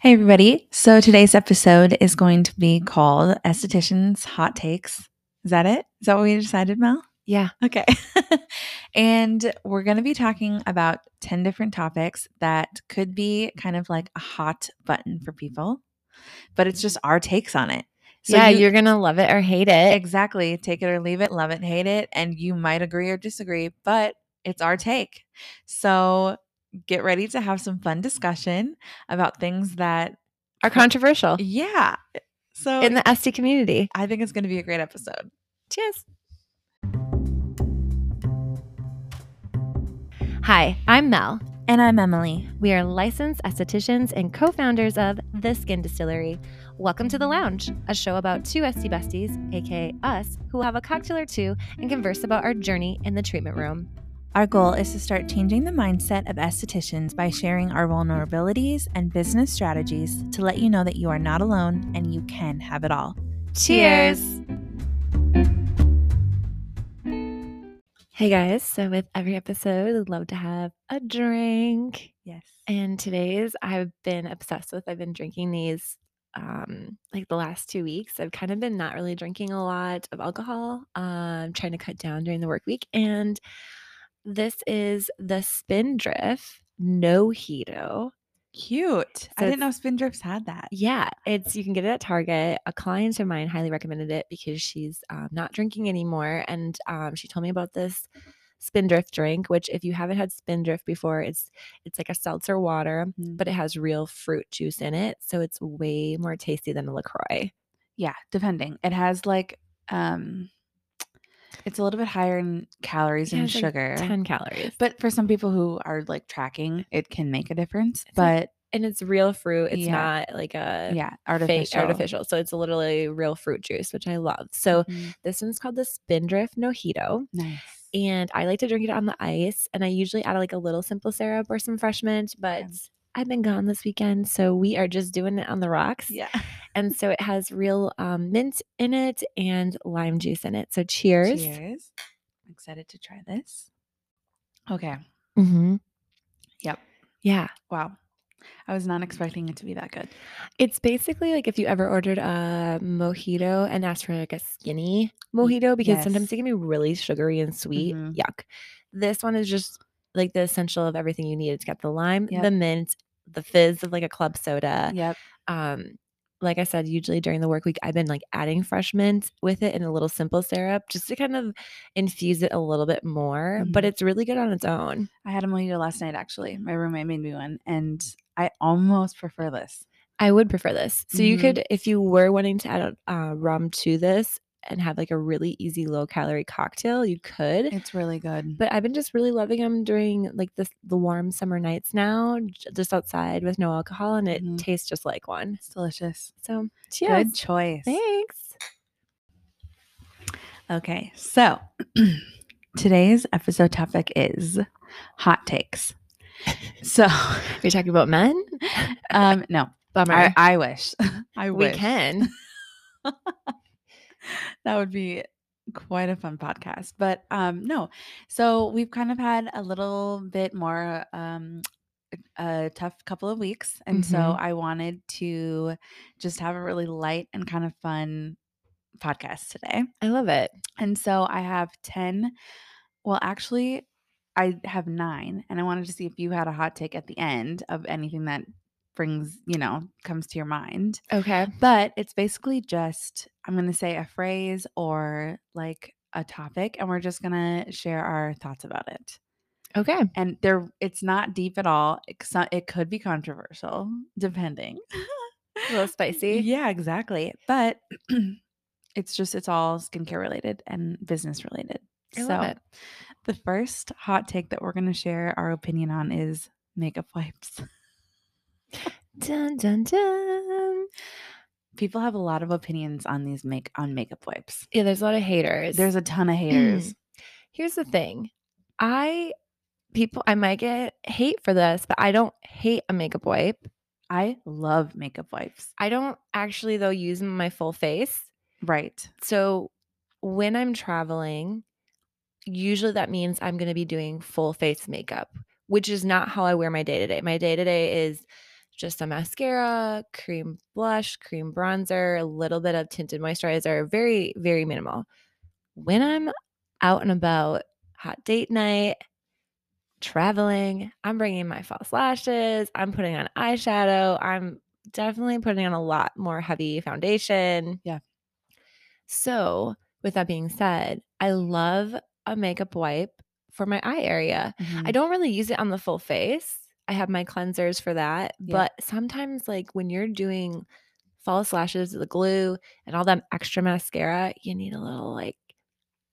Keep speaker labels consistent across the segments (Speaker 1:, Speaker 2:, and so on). Speaker 1: Hey, everybody. So today's episode is going to be called Estheticians Hot Takes. Is that it? Is that what we decided, Mel?
Speaker 2: Yeah.
Speaker 1: Okay. and we're going to be talking about 10 different topics that could be kind of like a hot button for people, but it's just our takes on it.
Speaker 2: yeah, you, are going to love it or hate it.
Speaker 1: exactly take it or leave it, love it, hate it. And you might agree or disagree, but it's our take. So get ready to have some fun discussion about things that
Speaker 2: Are controversial
Speaker 1: Yeah. So
Speaker 2: in the SD community.
Speaker 1: I think it's going to be a great episode.
Speaker 2: Cheers. Hi, I'm Mel.
Speaker 1: And I'm Emily.
Speaker 2: We are licensed estheticians and co founders of The Skin Distillery. Welcome to The Lounge, a show about two SD besties, aka us, who will have a cocktail or two and converse about our journey in the treatment room.
Speaker 1: Our goal is to start changing the mindset of estheticians by sharing our vulnerabilities and business strategies to let you know that you are not alone and you can have it all.
Speaker 2: Cheers. Hey guys, so with every episode, I'd love to have a drink.
Speaker 1: Yes.
Speaker 2: And today's I've been obsessed with. I've been drinking these um like the last 2 weeks. I've kind of been not really drinking a lot of alcohol. Um trying to cut down during the work week and this is the Spindrift No Hito.
Speaker 1: Cute. I
Speaker 2: So
Speaker 1: didn't know Spindrifts had that.
Speaker 2: Yeah, it's you can get it at Target. A client of mine highly recommended it because she's um, not drinking anymore, and um, she told me about this Spindrift drink. Which, if you haven't had Spindrift before, it's it's like a seltzer water,
Speaker 1: Mm.
Speaker 2: but it has real fruit juice in it, so it's way more tasty than a Lacroix.
Speaker 1: Yeah, depending. It has like um it's a little bit higher in calories
Speaker 2: Yeah,
Speaker 1: and
Speaker 2: it's like
Speaker 1: sugar.
Speaker 2: Ten calories,
Speaker 1: but for some people who are like tracking, it can make a difference.
Speaker 2: It's
Speaker 1: But
Speaker 2: like and it's real fruit. It's
Speaker 1: Yeah.
Speaker 2: not like a
Speaker 1: yeah,
Speaker 2: fake
Speaker 1: artificial.
Speaker 2: artificial. So it's literally real fruit juice, which I love. So
Speaker 1: Mhm.
Speaker 2: this one's called the Spindrift Nojito.
Speaker 1: nice.
Speaker 2: and I like to drink it on the ice. And I usually add like a little simple syrup or some fresh mint, but I've been gone this weekend, so we are just doing it on the rocks.
Speaker 1: Yeah.
Speaker 2: And so it has real um, mint in it and lime juice in it. So cheers.
Speaker 1: Cheers. I'm excited to try this. Okay.
Speaker 2: Mm-hmm.
Speaker 1: Yep.
Speaker 2: Yeah.
Speaker 1: Wow. I was not expecting it to be that good.
Speaker 2: It's basically like if you ever ordered a mojito and asked for like a skinny mojito, because sometimes
Speaker 1: yes.
Speaker 2: they can be really sugary and sweet.
Speaker 1: Mhm.
Speaker 2: Yuck. This one is just like the essential of everything you need. It's got the lime,
Speaker 1: Yep.
Speaker 2: the mint, the fizz of like a club soda.
Speaker 1: Yep.
Speaker 2: um like I said, usually during the work week, I've been like adding fresh mint with it and a little simple syrup just to kind of infuse it a little bit more. But
Speaker 1: Mhm.
Speaker 2: it's really good on its own.
Speaker 1: I had a mojito last night actually. My roommate made me one and I almost prefer this.
Speaker 2: I would prefer this. So you
Speaker 1: Mhm.
Speaker 2: could, if you were wanting to add uh, rum to this and have like a really easy low calorie cocktail, you could.
Speaker 1: It's really good.
Speaker 2: But I've been just really loving them during like the the warm summer nights now, j- just outside with no alcohol, and it
Speaker 1: Mhm.
Speaker 2: tastes just like one.
Speaker 1: it's delicious.
Speaker 2: So cheers!
Speaker 1: Good choice.
Speaker 2: Thanks.
Speaker 1: Okay, so today's episode topic is hot takes. So,
Speaker 2: You're talking about men?
Speaker 1: um, no,
Speaker 2: Bummer.
Speaker 1: I, I wish. I
Speaker 2: we
Speaker 1: wish.
Speaker 2: can.
Speaker 1: That would be quite a fun podcast. But um, no, so we've kind of had a little bit more um, a tough couple of weeks. And so
Speaker 2: Mhm.
Speaker 1: I wanted to just have a really light and kind of fun podcast today.
Speaker 2: I love it.
Speaker 1: And so I have 10. Well, actually, I have nine. And I wanted to see if you had a hot take at the end of anything that brings, you know, comes to your mind.
Speaker 2: Okay.
Speaker 1: But it's basically just, I'm going to say a phrase or like a topic, and we're just going to share our thoughts about it.
Speaker 2: Okay.
Speaker 1: And there, it's not deep at all. It's not- It could be controversial, depending.
Speaker 2: A little spicy.
Speaker 1: Yeah, exactly. But it's just it's all skincare related and business related.
Speaker 2: I love it.
Speaker 1: the first hot take that we're going to share our opinion on is makeup wipes.
Speaker 2: Dun dun dun.
Speaker 1: People have a lot of opinions on these make on makeup wipes.
Speaker 2: Yeah, there's a lot of haters.
Speaker 1: There's a ton of haters.
Speaker 2: here's the thing. I people I might get hate for this, but I don't hate a makeup wipe.
Speaker 1: Mm-hmm. I love makeup wipes.
Speaker 2: I don't actually though use 'em on my full face.
Speaker 1: Right.
Speaker 2: So when I'm traveling, usually that means I'm going to be doing full face makeup, which is not how I wear my day to day. My day to day is just a mascara, cream blush, cream bronzer, a little bit of tinted moisturizer, very, very minimal. When I'm out and about, hot date night, traveling, I'm bringing my false lashes, I'm putting on eyeshadow, I'm definitely putting on a lot more heavy foundation.
Speaker 1: Yeah.
Speaker 2: So, with that being said, I love a makeup wipe for my eye area. I
Speaker 1: Mhm.
Speaker 2: don't really use it on the full face. I have my cleansers for that.
Speaker 1: Yeah.
Speaker 2: But sometimes, like when you're doing false lashes, the glue, and all that extra mascara, you need a little like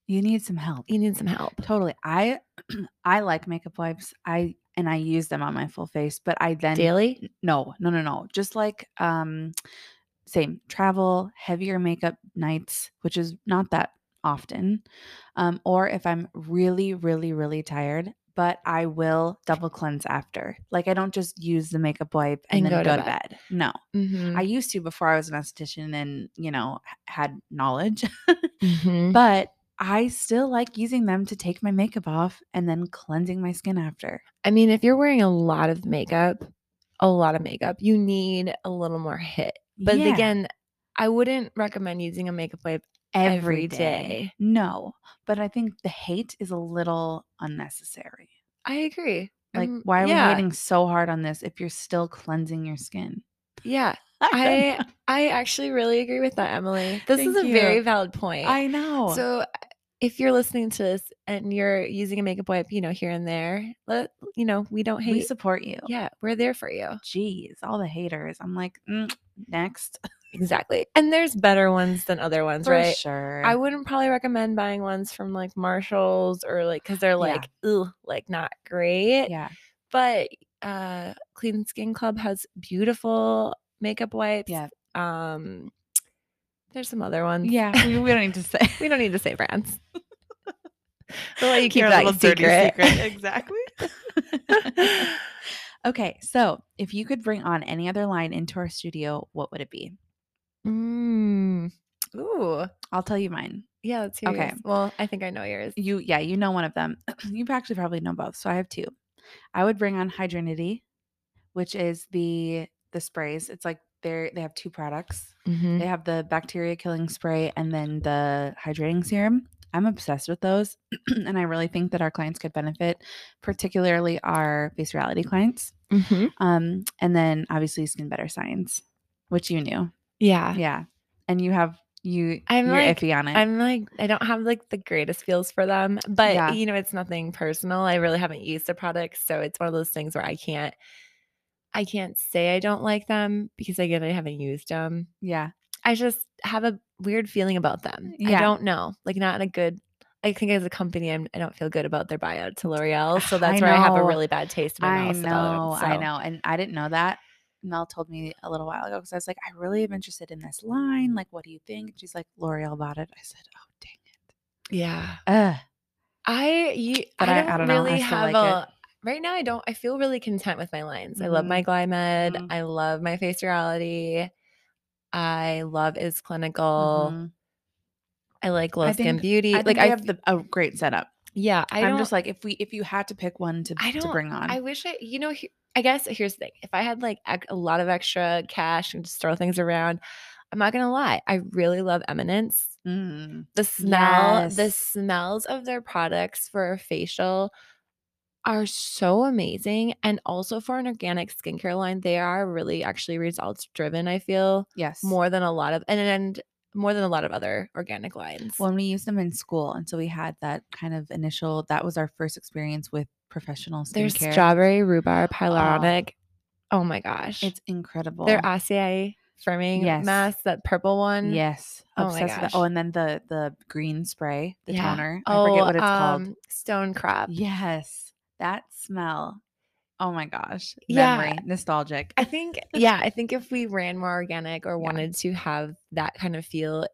Speaker 1: you need some help.
Speaker 2: you need some help.
Speaker 1: Totally. I I like makeup wipes. I and I use them on my full face, but I then
Speaker 2: Daily,
Speaker 1: no, no, no, no. Just like um same travel, heavier makeup nights, which is not that often. Um, or if I'm really, really, really tired, but I will double cleanse after. Like I don't just use the makeup wipe and, then go, to, bed. No.
Speaker 2: Mhm,
Speaker 1: I used to before I was an esthetician and, you know, h- had knowledge
Speaker 2: mhm.
Speaker 1: but I still like using them to take my makeup off and then cleansing my skin after.
Speaker 2: I mean, if you're wearing a lot of makeup, a lot of makeup, you need a little more hit. But
Speaker 1: Yeah,
Speaker 2: again, I wouldn't recommend using a makeup wipe every day.
Speaker 1: No, but I think the hate is a little unnecessary.
Speaker 2: I agree.
Speaker 1: Like,
Speaker 2: I'm-
Speaker 1: why are
Speaker 2: Mm, yeah,
Speaker 1: we waiting so hard on this if you're still cleansing your skin?
Speaker 2: Yeah,
Speaker 1: don't
Speaker 2: I
Speaker 1: know.
Speaker 2: I actually really agree with that, Emily. This is
Speaker 1: Thank
Speaker 2: a very
Speaker 1: you.
Speaker 2: valid point. Oh.
Speaker 1: I know.
Speaker 2: So if you're listening to this and you're using a makeup wipe, you know, here and there, let you know, we don't
Speaker 1: we
Speaker 2: hate
Speaker 1: support you.
Speaker 2: yeah, we're there for you.
Speaker 1: Jeez, all the haters. I'm like, mm, next.
Speaker 2: Exactly. And there's better ones than other ones,
Speaker 1: For
Speaker 2: right?
Speaker 1: sure.
Speaker 2: I wouldn't probably recommend buying ones from like Marshalls or like because they're
Speaker 1: Yeah.
Speaker 2: like, ooh, like not great.
Speaker 1: yeah.
Speaker 2: But uh Clean Skin Club has beautiful makeup wipes.
Speaker 1: Yeah.
Speaker 2: Um there's some other ones.
Speaker 1: Yeah. We, we don't need to say.
Speaker 2: We don't need to say brands. we'll let you keep
Speaker 1: Your
Speaker 2: that
Speaker 1: little dirty
Speaker 2: secret.
Speaker 1: Exactly. okay, so if you could bring on any other line into our studio, what would it be?
Speaker 2: mm. Ooh.
Speaker 1: I'll tell you mine.
Speaker 2: Yeah, let's hear
Speaker 1: Okay.
Speaker 2: yours. Well, I think I know yours.
Speaker 1: You, yeah, you know one of them. you actually probably know both. So I have two. I would bring on Hydrinity, which is the the sprays. It's like they're they have two products. They have the bacteria killing spray and then the hydrating serum. I'm obsessed with those, and I really think that our clients could benefit, particularly our base reality clients.
Speaker 2: Mhm.
Speaker 1: Um, and then obviously Skin Better Science, which you knew.
Speaker 2: Yeah.
Speaker 1: Yeah. And you have you
Speaker 2: I'm
Speaker 1: you're
Speaker 2: like-
Speaker 1: iffy on it.
Speaker 2: I'm like, I don't have like the greatest feels for them, but
Speaker 1: Yeah.
Speaker 2: you know, it's nothing personal. I really haven't used the products. So it's one of those things where I can't, I can't say I don't like them because again, I haven't used them.
Speaker 1: yeah.
Speaker 2: I just have a weird feeling about them. I
Speaker 1: Yeah.
Speaker 2: don't know. Like not in a good I think as a company I'm I don't feel good about their buyout to L'Oreal. So
Speaker 1: I
Speaker 2: that's where I have a
Speaker 1: know.
Speaker 2: really bad taste in my
Speaker 1: I
Speaker 2: mouth
Speaker 1: know,
Speaker 2: about them.
Speaker 1: I
Speaker 2: So,
Speaker 1: know. And I didn't know that. Mel told me a little while ago because I was like, I really am interested in this line. Like, what do you think? She's like, L'Oreal bought it. I said, Oh dang
Speaker 2: Yeah.
Speaker 1: it. Ugh.
Speaker 2: I you
Speaker 1: But
Speaker 2: I,
Speaker 1: I- I
Speaker 2: don't
Speaker 1: don't know. I
Speaker 2: really
Speaker 1: still
Speaker 2: have
Speaker 1: like it.
Speaker 2: a right now I don't I feel really content with my lines. I love my Glymed.
Speaker 1: Mhm.
Speaker 2: I love my face reality. I love is clinical.
Speaker 1: Mhm.
Speaker 2: I like low skin
Speaker 1: think-
Speaker 2: beauty.
Speaker 1: I
Speaker 2: like
Speaker 1: think
Speaker 2: I
Speaker 1: I have the, a great setup.
Speaker 2: yeah, I
Speaker 1: I'm
Speaker 2: don't
Speaker 1: just like if we if you had to pick one to,
Speaker 2: I
Speaker 1: to
Speaker 2: don't-
Speaker 1: bring on.
Speaker 2: I wish I, you know, he- I guess here's the thing. If I had like ec- a lot of extra cash and just throw things around, I'm not going to lie. I really love Eminence.
Speaker 1: Mm.
Speaker 2: The smell, the
Speaker 1: Yes.
Speaker 2: smells of their products for a facial are so amazing. And also for an organic skincare line, they are really actually results driven, I feel,
Speaker 1: Yes.
Speaker 2: more than a lot of, and, and more than a lot of other organic lines.
Speaker 1: when we used them in school and so we had that kind of initial that was our first experience with professional skincare Ah.
Speaker 2: Their strawberry rhubarb hyaluronic. Oh, my gosh.
Speaker 1: it's incredible
Speaker 2: Their Osei firming
Speaker 1: Yes.
Speaker 2: mask, that purple one.
Speaker 1: yes
Speaker 2: Oh
Speaker 1: obsessed
Speaker 2: my
Speaker 1: with that. oh
Speaker 2: gosh.
Speaker 1: and then the the green spray the
Speaker 2: Yeah.
Speaker 1: toner
Speaker 2: Oh,
Speaker 1: i forget what it's
Speaker 2: um, Stone crop.
Speaker 1: called yes that smell oh my gosh
Speaker 2: Yeah.
Speaker 1: memory nostalgic
Speaker 2: I think, yeah, I think if we ran more organic or
Speaker 1: Yeah.
Speaker 2: wanted to have that kind of feel,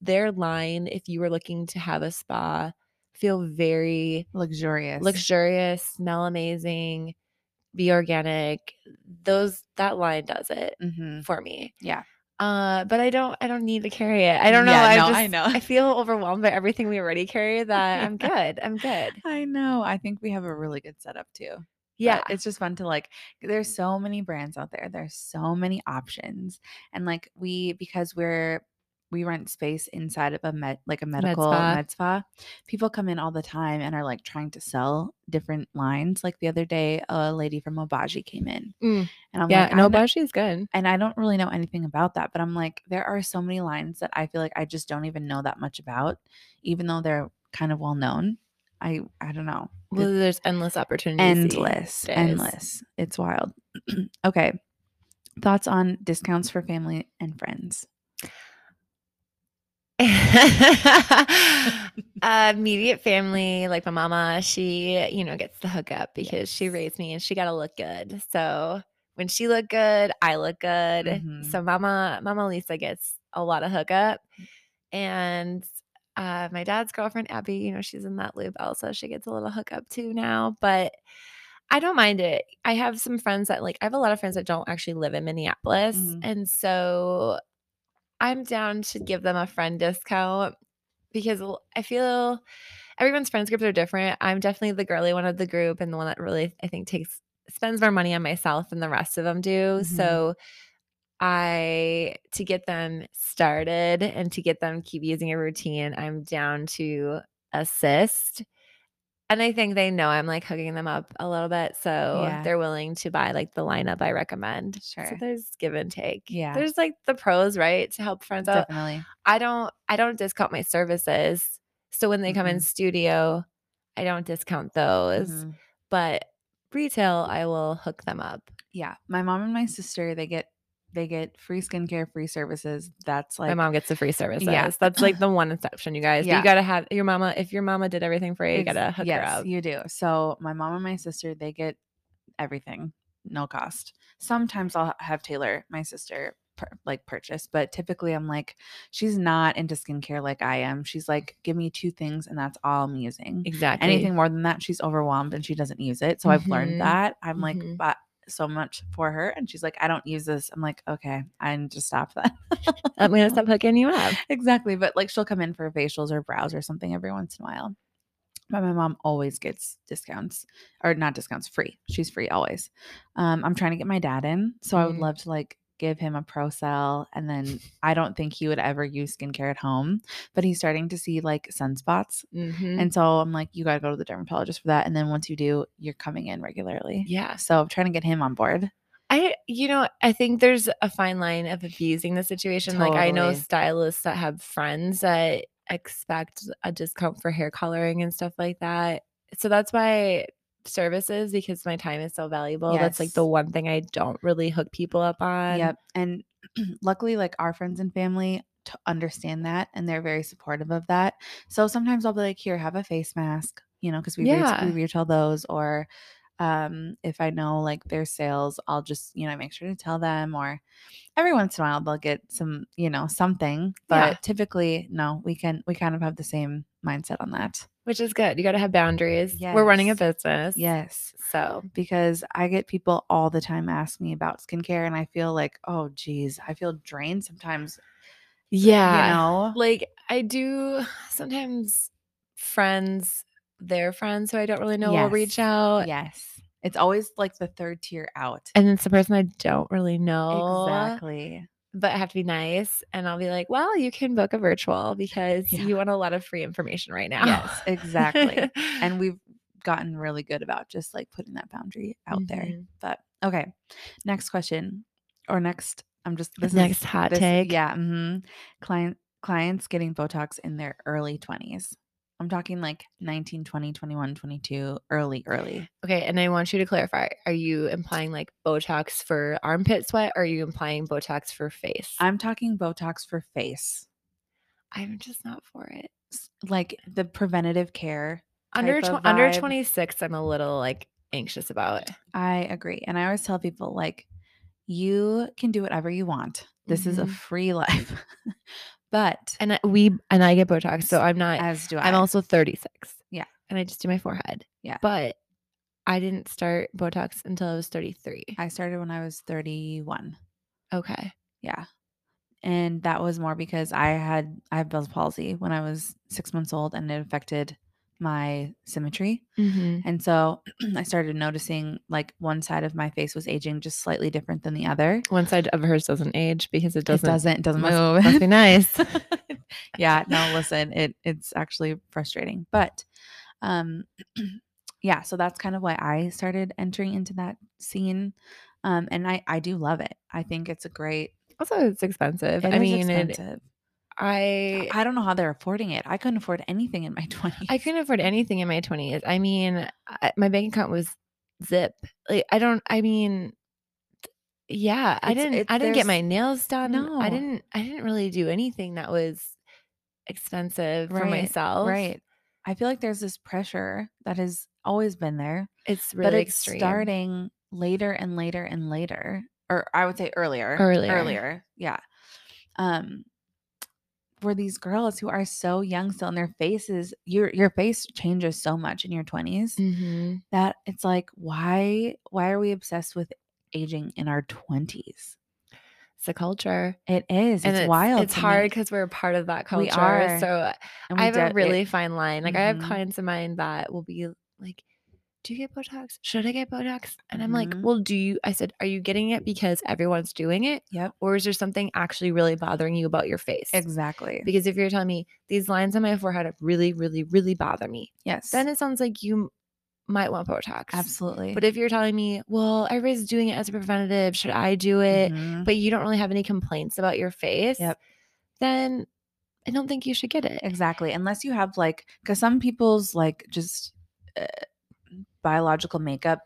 Speaker 2: their line, if you were looking to have a spa, feel very
Speaker 1: luxurious
Speaker 2: luxurious, smell amazing, be organic. Those that line does it
Speaker 1: hmm
Speaker 2: for me.
Speaker 1: Yeah.
Speaker 2: Uh, but I don't. I don't need to carry it. I don't know.
Speaker 1: Yeah,
Speaker 2: I
Speaker 1: no,
Speaker 2: just.
Speaker 1: I know.
Speaker 2: I feel overwhelmed by everything we already carry. That I'm good. I'm good.
Speaker 1: i know i think we have a really good setup too Yeah. It's just fun to like, there's so many brands out there. There's so many options. And like we, because we're, we rent space inside of a med, like a medical
Speaker 2: spa.
Speaker 1: med spa. People come in all the time and are like trying to sell different lines. Like the other day, a lady from Obaji came in,
Speaker 2: Mm.
Speaker 1: and I'm
Speaker 2: yeah,
Speaker 1: like,
Speaker 2: and
Speaker 1: "I'm not-
Speaker 2: Obashi is good.
Speaker 1: and I don't really know anything about that, but I'm like, there are so many lines that I feel like I just don't even know that much about, even though they're kind of well known. I I don't know.
Speaker 2: Well, there's endless opportunities.
Speaker 1: Endless,
Speaker 2: days.
Speaker 1: endless. It's wild. okay, thoughts on discounts for family and friends?
Speaker 2: Uh, immediate family, like my mama, she, you know, gets the hookup because she
Speaker 1: Yes.
Speaker 2: raised me and she got to look good. So when she looked good, I look good.
Speaker 1: Mhm.
Speaker 2: So mama, mama Lisa gets a lot of hookup.
Speaker 1: Mm.
Speaker 2: And uh, my dad's girlfriend, Abby, you know, she's in that loop also. She gets a little hookup too now, but I don't mind it. I have some friends that like, I have a lot of friends that don't actually live in Minneapolis.
Speaker 1: Mhm.
Speaker 2: And so I'm down to give them a friend discount because l- I feel everyone's friends groups are different. I'm definitely the girly one of the group and the one that really I think takes spends more money on myself than the rest of them do.
Speaker 1: Mhm.
Speaker 2: So I to get them started and to get them keep using a routine, I'm down to assist. And I think they know I'm like hooking them up a little bit. So
Speaker 1: Yeah.
Speaker 2: they're willing to buy like the lineup I recommend. So
Speaker 1: Sure.
Speaker 2: there's give and take.
Speaker 1: Yeah.
Speaker 2: There's like the pros, right? To help friends out.
Speaker 1: Definitely.
Speaker 2: I don't I don't discount my services. So when they come in
Speaker 1: Mhm.
Speaker 2: studio, I don't discount those.
Speaker 1: Mhm.
Speaker 2: But retail, I will hook them up.
Speaker 1: Yeah, my mom and my sister they get they get free skincare, free services. That's like
Speaker 2: my mom gets the free services.
Speaker 1: Yeah.
Speaker 2: That's like the one exception, you guys. But
Speaker 1: Yeah.
Speaker 2: You gotta have your mama if your mama did everything for you, you
Speaker 1: Ex-
Speaker 2: gotta hook
Speaker 1: yes,
Speaker 2: her up.
Speaker 1: you do. So my mom and my sister, they get everything, no cost. Sometimes I'll have Taylor, my sister, pur- like purchase, but typically I'm like, she's not into skincare like I am. She's like, give me two things, and that's all I'm using.
Speaker 2: Exactly.
Speaker 1: Anything more than that, she's overwhelmed and she doesn't use it. So I've
Speaker 2: Mhm.
Speaker 1: learned that. I'm
Speaker 2: Mhm.
Speaker 1: like, but so much for her, and she's like, I don't use this. I'm like, okay, I need to stop that.
Speaker 2: I'm gonna stop hooking you up.
Speaker 1: exactly. But like she'll come in for facials or brows or something every once in a while. But my mom always gets discounts or not discounts, free. She's free always. Um, I'm trying to get my dad in. So I would
Speaker 2: Mm.
Speaker 1: love to like give him a pro cell. And then I don't think he would ever use skincare at home, but he's starting to see like sunspots.
Speaker 2: Mhm.
Speaker 1: And so I'm like, you got to go to the dermatologist for that. And then once you do, you're coming in regularly.
Speaker 2: yeah.
Speaker 1: So I'm trying to get him on board.
Speaker 2: I, you know, I think there's a fine line of abusing the situation. Like I know
Speaker 1: Totally.
Speaker 2: stylists that have friends that expect a discount for hair coloring and stuff like that. So that's why services, because my time is so valuable. That's like the
Speaker 1: Yes.
Speaker 2: one thing I don't really hook people up on.
Speaker 1: Yep. And luckily, like our friends and family t- understand that and they're very supportive of that. So sometimes I'll be like, here, have a face mask, you know, because we,
Speaker 2: Yeah.
Speaker 1: yeah. we retail those. Or um, if I know like their sales, I'll just, you know, make sure to tell them. Or every once in a while, they'll get some, you know, something. But
Speaker 2: Yeah.
Speaker 1: typically, no, we can, we kind of have the same mindset on that.
Speaker 2: Which is good. You got to have boundaries. We're running a business.
Speaker 1: Yes.
Speaker 2: So
Speaker 1: Because I get people all the time ask me about skincare, and I feel like, oh, geez, I feel drained sometimes
Speaker 2: yeah.
Speaker 1: you know
Speaker 2: like I do sometimes friends, their friends who I don't really know will reach
Speaker 1: Yes.
Speaker 2: out.
Speaker 1: yes it's always like the third tier out
Speaker 2: And it's the person I don't really know.
Speaker 1: exactly
Speaker 2: But I have to be nice. And I'll be like, well, you can book a virtual because
Speaker 1: Yeah.
Speaker 2: you want a lot of free information right now.
Speaker 1: yes exactly and we've gotten really good about just like putting that boundary out there
Speaker 2: Mhm.
Speaker 1: but okay next question or next i'm just this
Speaker 2: Next
Speaker 1: is,
Speaker 2: hot
Speaker 1: this,
Speaker 2: take.
Speaker 1: yeah mhm. client clients getting botox in their early 20s i'm talking like 19 20 21 22 early early
Speaker 2: Okay. And I want you to clarify are you implying like Botox for armpit sweat or are you implying Botox for face?
Speaker 1: i'm talking botox for face
Speaker 2: I'm just not for it.
Speaker 1: s- like the preventative care
Speaker 2: Under,
Speaker 1: type
Speaker 2: tw-
Speaker 1: of
Speaker 2: under
Speaker 1: vibe.
Speaker 2: 26, I'm a little like anxious about.
Speaker 1: I agree. And I always tell people, like, you can do whatever you want. This is a
Speaker 2: Mhm.
Speaker 1: free life. but
Speaker 2: and I, we and I get Botox, so I'm not.
Speaker 1: as do I.
Speaker 2: I'm also 36.
Speaker 1: Yeah.
Speaker 2: and I just do my forehead.
Speaker 1: Yeah.
Speaker 2: but I didn't start Botox until I was 33.
Speaker 1: I started when I was 31.
Speaker 2: okay,
Speaker 1: Yeah. And that was more because I had I have Bell's palsy when I was six months old and it affected my symmetry.
Speaker 2: Mm-hmm.
Speaker 1: And so I started noticing like one side of my face was aging just slightly different than the other.
Speaker 2: One side of hers doesn't age because it doesn't.
Speaker 1: it doesn't it doesn't mess-
Speaker 2: move. Must be nice.
Speaker 1: yeah, no, listen, it it's actually frustrating. But um yeah, so that's kind of why I started entering into that scene. Um and I I do love it. I think it's a great
Speaker 2: Also, it's expensive.
Speaker 1: it
Speaker 2: I
Speaker 1: is
Speaker 2: mean, It,
Speaker 1: expensive.
Speaker 2: I
Speaker 1: I don't know how they're affording it. I couldn't afford anything in my 20s.
Speaker 2: I couldn't afford anything in my twenties. I mean, I, my bank account was zip. Like I don't. I mean, th- yeah, I
Speaker 1: It's-
Speaker 2: didn't.
Speaker 1: it's-
Speaker 2: I didn't
Speaker 1: there's-
Speaker 2: get my nails done.
Speaker 1: No.
Speaker 2: I didn't. I didn't really do anything that was expensive for
Speaker 1: Right,
Speaker 2: myself.
Speaker 1: Right. I feel like there's this pressure that has always been there,
Speaker 2: It's really
Speaker 1: but it's
Speaker 2: extreme.
Speaker 1: starting later and later and later, or I would say earlier,
Speaker 2: Earlier.
Speaker 1: earlier, yeah. Um, where these girls who are so young still, and their faces, your your face changes so much in your 20s
Speaker 2: hmm
Speaker 1: that it's like, why why are we obsessed with aging in our twenties?
Speaker 2: It's a culture.
Speaker 1: It is.
Speaker 2: and
Speaker 1: it's, wild.
Speaker 2: It's
Speaker 1: to me.
Speaker 2: hard because we're a part of that culture.
Speaker 1: We are.
Speaker 2: So
Speaker 1: And
Speaker 2: I
Speaker 1: we
Speaker 2: have
Speaker 1: de-
Speaker 2: a
Speaker 1: it-
Speaker 2: really fine line. Like I have
Speaker 1: Mhm.
Speaker 2: clients of mine that will be like, "Do you get Botox? Should I get Botox?" And I'm
Speaker 1: Mhm.
Speaker 2: like, "Well, do you?" I said, "Are you getting it because everyone's doing it,
Speaker 1: Yep.
Speaker 2: or is there something actually really bothering you about your face?"
Speaker 1: Exactly.
Speaker 2: Because if you're telling me these lines on my forehead really, really, really bother me,
Speaker 1: yes.
Speaker 2: then it sounds like you m- might want Botox.
Speaker 1: absolutely.
Speaker 2: But if you're telling me, "Well, everybody's doing it as a preventative. Should I do it?"
Speaker 1: Mhm.
Speaker 2: but you don't really have any complaints about your face,
Speaker 1: Yep.
Speaker 2: then I don't think you should get it.
Speaker 1: Exactly. Unless you have like, because some people's like just uh, biological makeup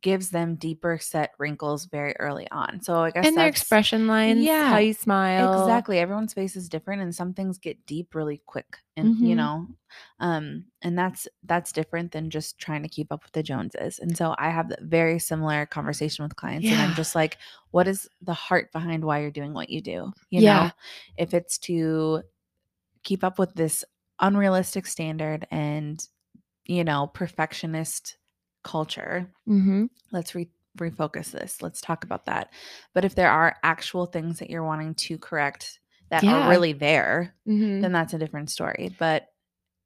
Speaker 1: gives them deeper set wrinkles very early on. So I guess
Speaker 2: And their
Speaker 1: that's-
Speaker 2: expression lines,
Speaker 1: yeah,
Speaker 2: how you smile.
Speaker 1: Exactly. Everyone's face is different and some things get deep really quick and you
Speaker 2: Mhm.
Speaker 1: know, um and that's that's different than just trying to keep up with the Joneses. And so I have the very similar conversation with clients and I'm
Speaker 2: Yeah.
Speaker 1: just like what is the heart behind why you're doing what you do? You know,
Speaker 2: Yeah.
Speaker 1: if it's to keep up with this unrealistic standard and you know, perfectionist culture,
Speaker 2: Mm-hmm.
Speaker 1: let's re- refocus this. Let's talk about that. But if there are actual things that you're wanting to correct that
Speaker 2: Yeah.
Speaker 1: are really there,
Speaker 2: Mm-hmm.
Speaker 1: then that's a different story. But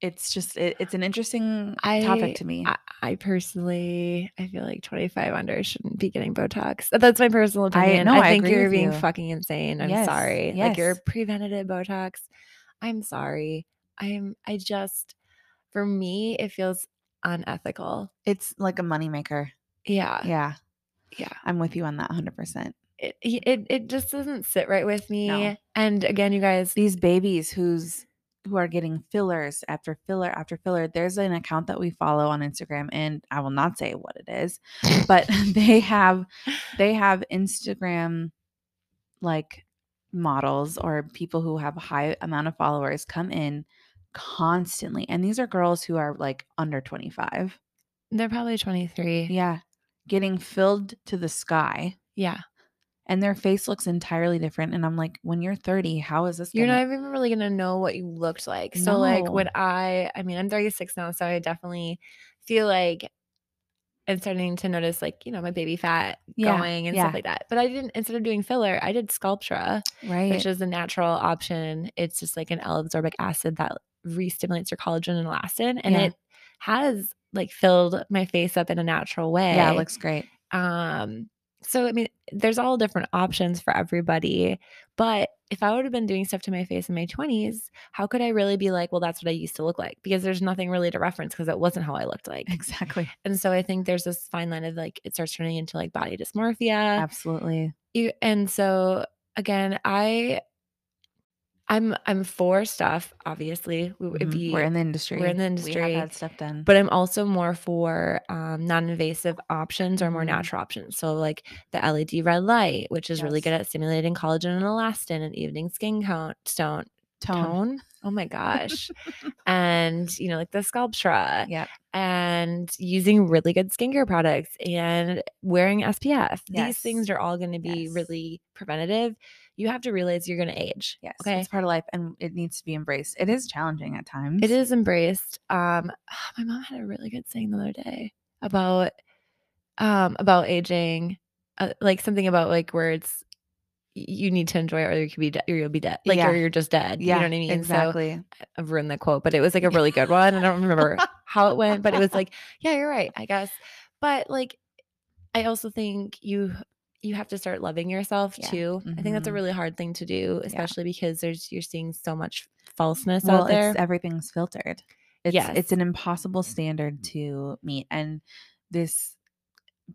Speaker 1: it's just it, it's an interesting topic to me.
Speaker 2: I, I personally, I feel like 25 under shouldn't be getting Botox. That's my personal
Speaker 1: I-
Speaker 2: opinion.
Speaker 1: no, I
Speaker 2: think
Speaker 1: agree
Speaker 2: you're
Speaker 1: with
Speaker 2: being
Speaker 1: you.
Speaker 2: fucking insane. I'm
Speaker 1: Yes,
Speaker 2: sorry. Like you're
Speaker 1: yes.
Speaker 2: preventative Botox. I'm sorry. I'm, I just, for me, it feels unethical.
Speaker 1: it's like a moneymaker.
Speaker 2: Yeah.
Speaker 1: Uh, Yeah,
Speaker 2: yeah.
Speaker 1: I'm with you on that 100. percent
Speaker 2: it, y- it it just doesn't sit right with me.
Speaker 1: No.
Speaker 2: And again, you guys,
Speaker 1: These babies who's who are getting fillers after filler after filler. There's an account that we follow on Instagram, and I will not say what it is, but they have they have Instagram like models or people who have a high amount of followers come in constantly. And these are girls who are like under 25.
Speaker 2: they're probably 23.
Speaker 1: Yeah. Getting filled to the sky
Speaker 2: Yeah.
Speaker 1: and their face looks entirely different. And I'm like, when you're 30, how is this?
Speaker 2: You're
Speaker 1: gonna-
Speaker 2: not even really going to know what you looked like. So, like,
Speaker 1: No.
Speaker 2: when I, I mean, I'm 36 now, so I definitely feel like I'm starting to notice, like, you know, my baby fat
Speaker 1: Yeah,
Speaker 2: going and
Speaker 1: yeah.
Speaker 2: stuff like that. But I didn't, instead of doing filler, I did Sculptra,
Speaker 1: right.
Speaker 2: which is a natural option. It's just like an L absorbic acid that re stimulates your collagen and elastin. And
Speaker 1: Yeah.
Speaker 2: it has like filled my face up in a natural way.
Speaker 1: yeah, it looks great.
Speaker 2: Um, so I mean, there's all different options for everybody. But if I would have been doing stuff to my face in my 20s, how could I really be like, well, that's what I used to look like? Because there's nothing really to reference because it wasn't how I looked like.
Speaker 1: Mm. Exactly.
Speaker 2: And so I think there's this fine line of like it starts turning into like body dysmorphia.
Speaker 1: Absolutely.
Speaker 2: You- And so again, I I'm I'm for stuff, obviously. We, would
Speaker 1: Mhm.
Speaker 2: be
Speaker 1: We're in the industry.
Speaker 2: the
Speaker 1: We
Speaker 2: industry,
Speaker 1: have had stuff done.
Speaker 2: but I'm also more for um, non-invasive options or more
Speaker 1: Mhm.
Speaker 2: natural options. So like the LED red light, which is really good
Speaker 1: Yes.
Speaker 2: at stimulating collagen and elastin and evening skin cone, stone,
Speaker 1: tone.
Speaker 2: tone. Oh my gosh. and you know, like the Sculptra
Speaker 1: Yep.
Speaker 2: and using really good skincare products and wearing SPF. These
Speaker 1: Yes.
Speaker 2: things are all going to be
Speaker 1: Yes.
Speaker 2: really preventative. You have to realize you're going to age.
Speaker 1: Yes.
Speaker 2: Okay.
Speaker 1: It's part of life and it needs to be embraced. It is challenging at times.
Speaker 2: It is embraced. Um, my mom had a really good saying the other day about um about aging, uh, like something about like where it's you need to enjoy it, or you could be dead, or you'll be dead. Like,
Speaker 1: Yeah.
Speaker 2: or you're just dead.
Speaker 1: Yeah,
Speaker 2: you know what I mean? So
Speaker 1: exactly.
Speaker 2: I've ruined the quote, but it was like a really good one. And I don't remember how it went, but it was like, yeah, you're right, I guess. But like, I also think you you have to start loving yourself
Speaker 1: Yeah.
Speaker 2: too. I think that's a
Speaker 1: Mhm.
Speaker 2: really hard thing to do, especially because there's you're seeing so much falseness
Speaker 1: well,
Speaker 2: out there.
Speaker 1: it's everything's filtered. It's,
Speaker 2: Yes.
Speaker 1: it's an impossible standard to meet, and this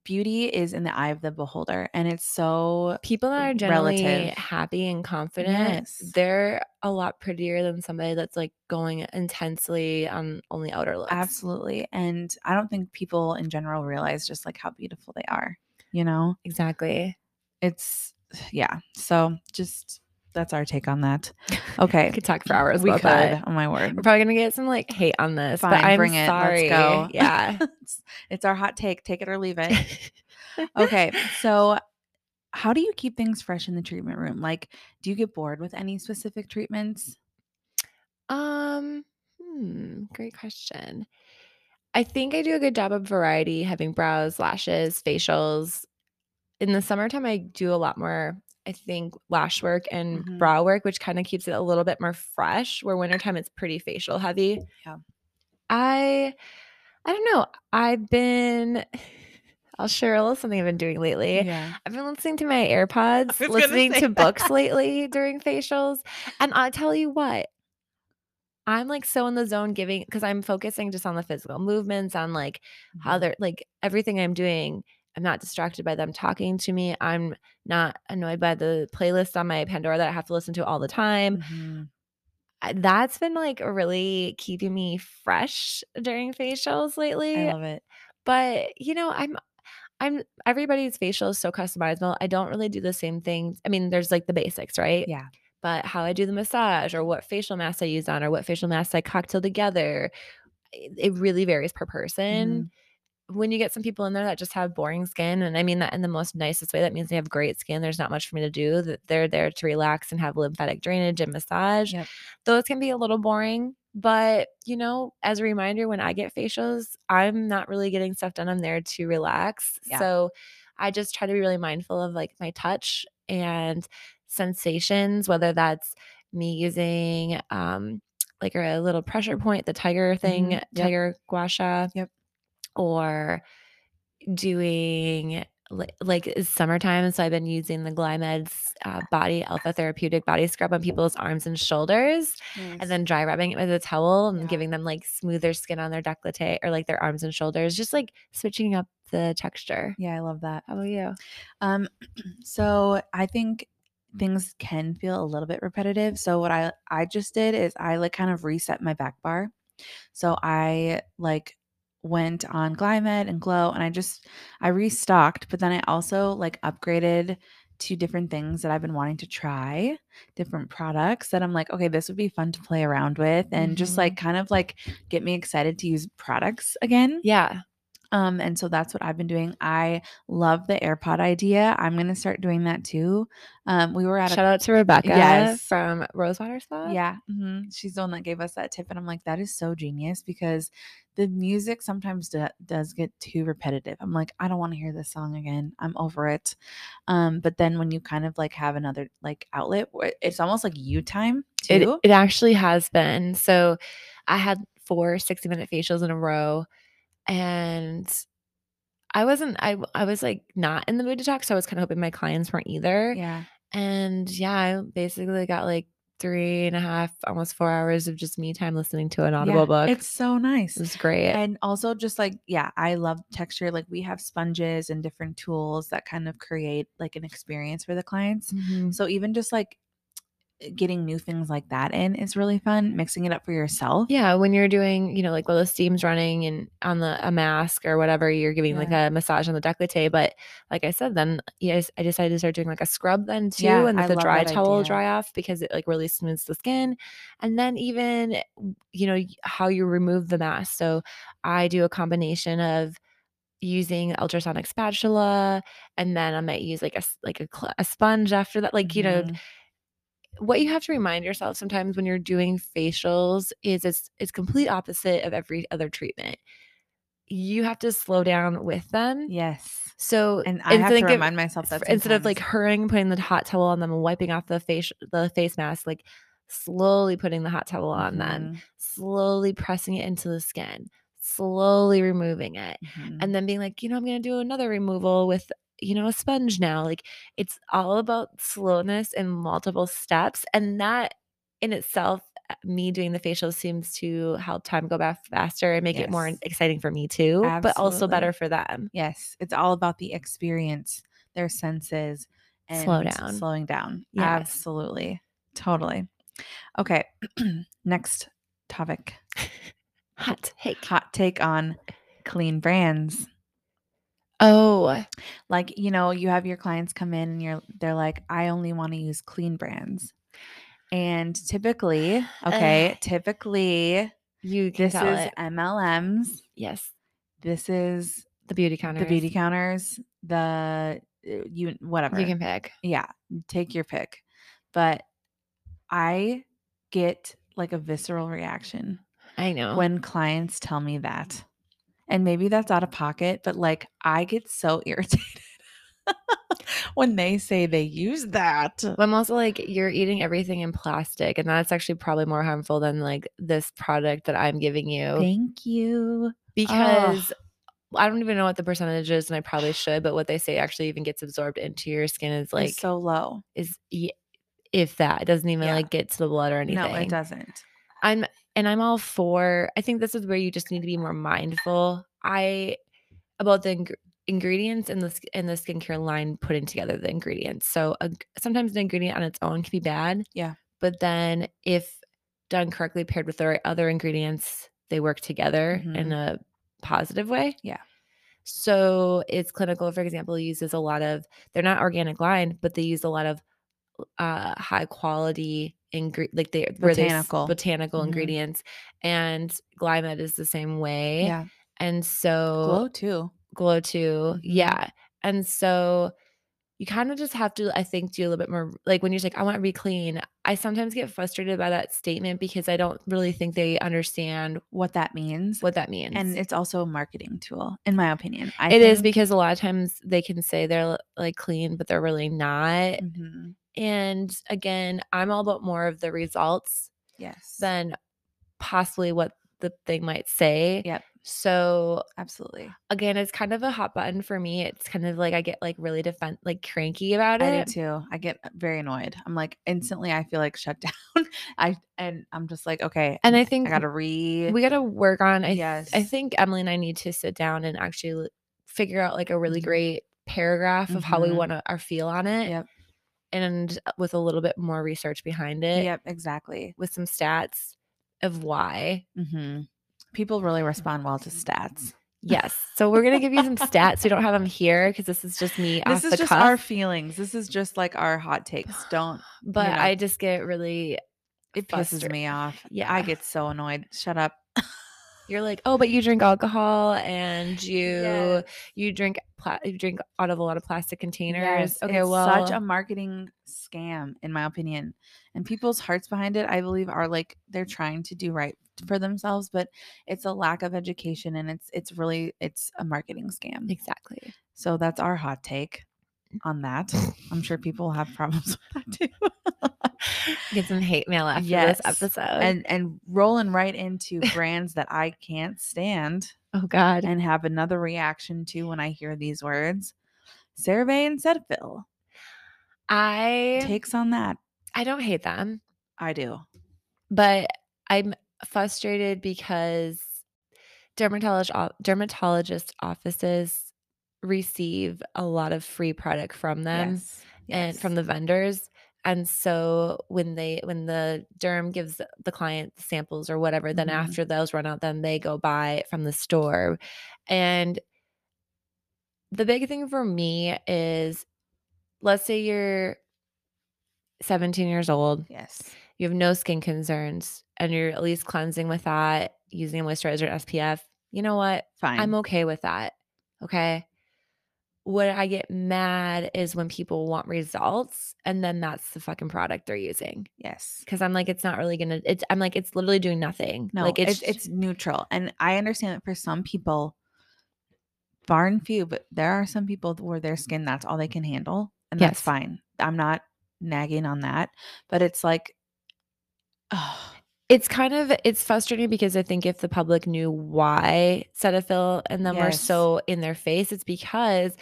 Speaker 1: beauty is in the eye of the beholder, and it's so
Speaker 2: people that are generally
Speaker 1: relative.
Speaker 2: happy and confident
Speaker 1: Yes.
Speaker 2: they're a lot prettier than somebody that's like going intensely on only outer looks
Speaker 1: absolutely. And I don't think people in general realize just like how beautiful they are. You know,
Speaker 2: exactly
Speaker 1: it's yeah. So just that's our take on that. Okay,
Speaker 2: i could talk for hours
Speaker 1: we
Speaker 2: about
Speaker 1: could.
Speaker 2: that
Speaker 1: Oh my word.
Speaker 2: we're probably gonna get some like hate on this
Speaker 1: Fine,
Speaker 2: but i'm
Speaker 1: bring it. Let's
Speaker 2: sorry
Speaker 1: go.
Speaker 2: yeah
Speaker 1: it's, it's our hot take. Take it or leave it. okay so how do you keep things fresh in the treatment room like do you get bored with any specific treatments
Speaker 2: um hmm, great question i think i do a good job of variety having brows lashes facials in the summertime i do a lot more i think lash work and
Speaker 1: Mhm.
Speaker 2: brow work which kind of keeps it a little bit more fresh where wintertime it's pretty facial heavy
Speaker 1: Yeah.
Speaker 2: i i don't know i've been i'll share a little something i've been doing lately
Speaker 1: yeah
Speaker 2: I've been listening to my AirPods,
Speaker 1: was gonna
Speaker 2: listening
Speaker 1: say
Speaker 2: to
Speaker 1: that.
Speaker 2: books lately during facials. And I'll tell you what, I'm like so in the zone giving because I'm focusing just on the physical movements, on like how they're like everything I'm doing. I'm not distracted by them talking to me. I'm not annoyed by the playlist on my Pandora that I have to listen to all the time.
Speaker 1: Mhm.
Speaker 2: I- That's been like really keeping me fresh during facials lately
Speaker 1: i love it
Speaker 2: but you know i'm i'm everybody's facial is so customizable i don't really do the same things i mean there's like the basics right
Speaker 1: Yeah.
Speaker 2: but how i do the massage or what facial mask i use on or what facial masks i cocktail together it, it really varies per person
Speaker 1: Mm-hmm.
Speaker 2: when you get some people in there that just have boring skin and i mean that in the most nicest way that means they have great skin there's not much for me to do that they're there to relax and have lymphatic drainage and massage
Speaker 1: Yep.
Speaker 2: those can be a little boring but you know as a reminder when i get facials i'm not really getting stuff done i'm there to relax
Speaker 1: Yeah.
Speaker 2: so i just try to be really mindful of like my touch and sensations whether that's me using um like a little pressure point the tiger thing
Speaker 1: Mhm. Yep.
Speaker 2: tiger gua sha
Speaker 1: Yep.
Speaker 2: or doing li- like it's summertime so i've been using the glymed's uh, body alpha therapeutic body scrub on people's arms and shoulders and then dry rubbing it with a towel and
Speaker 1: Yeah.
Speaker 2: giving them like smoother skin on their décolleté or like their arms and shoulders just like switching up the texture
Speaker 1: yeah i love that
Speaker 2: how about you
Speaker 1: um so i think things can feel a little bit repetitive so what i i just did is i like kind of reset my back bar so i like went on glymed and glow and i just i restocked but then i also like upgraded to different things that i've been wanting to try different products that i'm like okay this would be fun to play around with and just
Speaker 2: Mhm.
Speaker 1: like kind of like get me excited to use products again
Speaker 2: yeah
Speaker 1: um, and so that's what I've been doing. I love the AirPod idea. I'm gonna start doing that too. Um, we were at
Speaker 2: shout
Speaker 1: a
Speaker 2: out to rebecca
Speaker 1: Yes.
Speaker 2: from rosewater spa
Speaker 1: yeah, mhm. she's the one that gave us that tip, and I'm like, that is so genius because the music sometimes do- does get too repetitive. I'm like, I don't want to hear this song again. I'm over it. Um, but then when you kind of like have another like outlet, where it's almost like you time
Speaker 2: It,
Speaker 1: too.
Speaker 2: it actually has been. So I had four 60 minute facials in a row and I wasn't I I was like not in the mood to talk so I was kind of hoping my clients weren't either.
Speaker 1: yeah,
Speaker 2: And yeah, I basically got like three and a half, almost four hours of just me time listening to an audible
Speaker 1: yeah.
Speaker 2: book.
Speaker 1: It's so nice.
Speaker 2: it was great.
Speaker 1: and also just like yeah i love texture like we have sponges and different tools that kind of create like an experience for the clients
Speaker 2: Mhm.
Speaker 1: so even just like eh, getting new things like that in is really fun mixing it up for yourself
Speaker 2: Yeah, when you're doing, you know, like while the steam's running and on the a mask or whatever, you're giving like a massage on the décolleté. But like I said, then yes, I decided to start doing like a scrub then too,
Speaker 1: Yeah,
Speaker 2: and
Speaker 1: I
Speaker 2: let the
Speaker 1: love
Speaker 2: dry
Speaker 1: that
Speaker 2: towel
Speaker 1: idea.
Speaker 2: dry off because it like really smooths the skin. And then even, you know, how you remove the mask. So I do a combination of using ultrasonic spatula, and then I might use like a s- like a, cl- a sponge after that. Like you know,
Speaker 1: Mhm.
Speaker 2: what you have to remind yourself sometimes when you're doing facials is it's it's complete opposite of every other treatment. you have to slow down with them.
Speaker 1: Yes.
Speaker 2: So
Speaker 1: And I have
Speaker 2: instead
Speaker 1: to
Speaker 2: of give-
Speaker 1: remind myself that
Speaker 2: f- instead of like
Speaker 1: sometimes.
Speaker 2: hurrying, putting the hot towel on them and wiping off the face the face mask, like slowly putting the hot towel on them,
Speaker 1: Mhm,
Speaker 2: slowly pressing it into the skin, slowly removing it,
Speaker 1: mhm.
Speaker 2: and then being like, you know, I'm gonna do another removal with you know a sponge now. Like it's all about slowness and multiple steps, and that in itself. uh, Me doing the facial seems to help time go by faster and make it more
Speaker 1: Yes.
Speaker 2: exciting for me too, but also
Speaker 1: Absolutely.
Speaker 2: better for them.
Speaker 1: Yes, it's all about the experience, their senses, and
Speaker 2: Slow down.
Speaker 1: Slowing down.
Speaker 2: Yes.
Speaker 1: Absolutely. Totally. Okay. Next topic
Speaker 2: Hot take.
Speaker 1: hot take on clean brands.
Speaker 2: Oh,
Speaker 1: Like, you know, you have your clients come in and you're they're like, I only want to use clean brands. And typically, okay,
Speaker 2: Ugh.
Speaker 1: typically
Speaker 2: you can
Speaker 1: this is
Speaker 2: tell it.
Speaker 1: MLMs.
Speaker 2: Yes,
Speaker 1: This is
Speaker 2: the beauty counter.
Speaker 1: the beauty counters, the uh, you whatever.
Speaker 2: You can pick.
Speaker 1: yeah take your pick but i get like a visceral reaction
Speaker 2: I know.
Speaker 1: when clients tell me that and maybe that's out of pocket but like i get so irritated when they say they use that
Speaker 2: But I'm also like, you're eating everything in plastic, and that's actually probably more harmful than like this product that I'm giving you
Speaker 1: thank you
Speaker 2: because. I don't even know what the percentage is, and I probably should. But what they say actually even gets absorbed into your skin is
Speaker 1: like
Speaker 2: like
Speaker 1: so low
Speaker 2: is y- if that it doesn't even
Speaker 1: Yeah.
Speaker 2: like get to the blood or anything.
Speaker 1: no it doesn't
Speaker 2: I'm and I'm all for. I think this is where you just need to be more mindful. I about the ing- ingredients in the sk- in the skincare line putting together the ingredients. So a, sometimes an ingredient on its own can be bad.
Speaker 1: Yeah.
Speaker 2: But then if done correctly paired with the right other ingredients, they work together in a positive way.
Speaker 1: Mm-hmm. Yeah.
Speaker 2: So it's clinical, for example, uses a lot of they're not organic line, but they use a lot of uh high quality ingre- like they where they s-
Speaker 1: Botanical.
Speaker 2: botanical
Speaker 1: Mhm.
Speaker 2: ingredients and glymed is the same way
Speaker 1: yeah
Speaker 2: and so
Speaker 1: glow too
Speaker 2: glow, too
Speaker 1: Mhm.
Speaker 2: yeah and so you kind of just have to i think do a little bit more like when you're like i want to be clean i sometimes get frustrated by that statement because i don't really think they understand
Speaker 1: what that means
Speaker 2: what that means
Speaker 1: and it's also a marketing tool in my opinion I
Speaker 2: it is
Speaker 1: think-
Speaker 2: because a lot of times they can say they're like clean but they're really not
Speaker 1: Mhm.
Speaker 2: and again i'm all about more of the results
Speaker 1: yes
Speaker 2: than possibly what the thing might say.
Speaker 1: Yep.
Speaker 2: So
Speaker 1: absolutely
Speaker 2: again, it's kind of a hot button for me. It's kind of like I get like really defend like cranky about
Speaker 1: I
Speaker 2: it.
Speaker 1: do too. I get very annoyed. I'm like instantly I feel like shut down. I and I'm just like, okay.
Speaker 2: And I
Speaker 1: I
Speaker 2: think
Speaker 1: gotta re
Speaker 2: we gotta work on I th-
Speaker 1: Yes.
Speaker 2: I think Emily and I need to sit down and actually l- figure out like a really
Speaker 1: Mhm.
Speaker 2: great paragraph of how we
Speaker 1: Mhm.
Speaker 2: want to our feel on it.
Speaker 1: Yep.
Speaker 2: And with a little bit more research behind it.
Speaker 1: Yep, exactly.
Speaker 2: With some stats of why.
Speaker 1: hmm People really respond well to stats.
Speaker 2: Yes. So we're gonna give you some stats. We don't have them here because this is just me off
Speaker 1: This is
Speaker 2: the
Speaker 1: just
Speaker 2: cuff.
Speaker 1: our feelings. This is just like our hot takes. Don't
Speaker 2: but
Speaker 1: know.
Speaker 2: I just get really
Speaker 1: it pisses
Speaker 2: Frustrate-
Speaker 1: me off.
Speaker 2: Yeah.
Speaker 1: I get so annoyed. Shut up.
Speaker 2: you're like, oh, but you drink alcohol and you
Speaker 1: Yes.
Speaker 2: you drink pla- you drink out of a lot of plastic containers.
Speaker 1: Yes,
Speaker 2: okay,
Speaker 1: it's
Speaker 2: well,
Speaker 1: such a marketing scam, in my opinion. And people's hearts behind it, I believe, are like they're trying to do right for themselves, but it's a lack of education, and it's it's really it's a marketing scam.
Speaker 2: exactly.
Speaker 1: So that's our hot take on that. I'm sure people have problems with that too.
Speaker 2: Get some hate mail after
Speaker 1: Yes.
Speaker 2: this episode.
Speaker 1: and and rolling right into brands that I can't stand
Speaker 2: oh God,
Speaker 1: and have another reaction to when I hear these words. Cerave and Cetaphil
Speaker 2: I
Speaker 1: takes on that.
Speaker 2: I don't hate them,
Speaker 1: I do.
Speaker 2: but I'm frustrated because dermatologist dermatologist offices receive a lot of free product from them.
Speaker 1: Yes,
Speaker 2: and from
Speaker 1: yes.
Speaker 2: the vendors and so when they when the derm gives the- the client the samples or whatever then
Speaker 1: Mhm.
Speaker 2: after those run out then they go buy it from the store and the big thing for me is let's say you're 17 years old
Speaker 1: yes,
Speaker 2: you have no skin concerns and you're at least cleansing with that using a moisturizer and spf you know what
Speaker 1: fine.
Speaker 2: I'm okay with that. Okay. What I get mad is when people want results and then that's the fucking product they're using.
Speaker 1: yes.
Speaker 2: Cause I'm like, it's not really gonna, it's, I'm like, it's literally doing nothing.
Speaker 1: No,
Speaker 2: like
Speaker 1: it's, it's neutral, and I understand that for some people, far and few, but there are some people where their skin that's all they can handle, and that's
Speaker 2: Yes.
Speaker 1: fine. I'm not nagging on that, but it's like, oh,
Speaker 2: It's kind of it's frustrating because I think if the public knew why Cetaphil and them are
Speaker 1: Yes.
Speaker 2: so in their face, it's because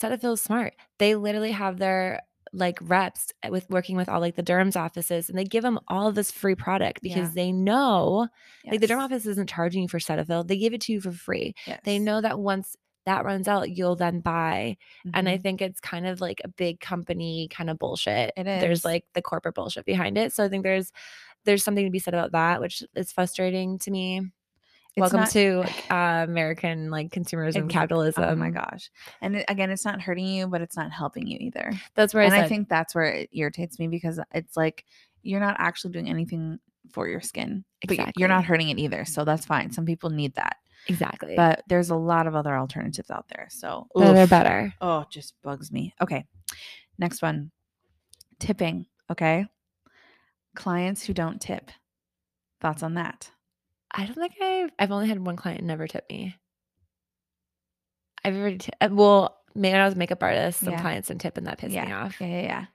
Speaker 2: Cetaphil's smart. They literally have their like reps eh, with working with all like the derms offices and they give them all of this free product because
Speaker 1: Yeah.
Speaker 2: they know like the derm
Speaker 1: yes,
Speaker 2: office isn't charging you for Cetaphil. They give it to you for free. They
Speaker 1: yes.
Speaker 2: know that once that runs out, you'll then buy. And I
Speaker 1: Mhm.
Speaker 2: think it's kind of like a big company kind of bullshit.
Speaker 1: It
Speaker 2: There's
Speaker 1: is.
Speaker 2: like the corporate bullshit behind it. So I think there's there's something to be said about that, which is frustrating to me.
Speaker 1: It's
Speaker 2: Welcome
Speaker 1: not-
Speaker 2: to uh, American like consumerism,
Speaker 1: Ex-
Speaker 2: capitalism.
Speaker 1: Oh my gosh. And it, again, it's not hurting you, but it's not helping you either.
Speaker 2: That's where
Speaker 1: and
Speaker 2: I, said,
Speaker 1: I think that's where it irritates me because it's like you're not actually doing anything for your skin, but y- you're not
Speaker 2: Exactly.
Speaker 1: hurting it either. So that's fine. Some people need that,
Speaker 2: exactly.
Speaker 1: but there's a lot of other alternatives out there. So
Speaker 2: That are
Speaker 1: oof.
Speaker 2: better.
Speaker 1: Oh, it just bugs me. Okay. Next one tipping. Okay. Clients who don't tip. Thoughts on that?
Speaker 2: I don't think I've I've only had one client never tip me. I've already t- uh, well, man, I was a makeup artist. Some
Speaker 1: Yeah.
Speaker 2: clients didn't tip, and that pissed me off.
Speaker 1: Yeah. Yeah. yeah.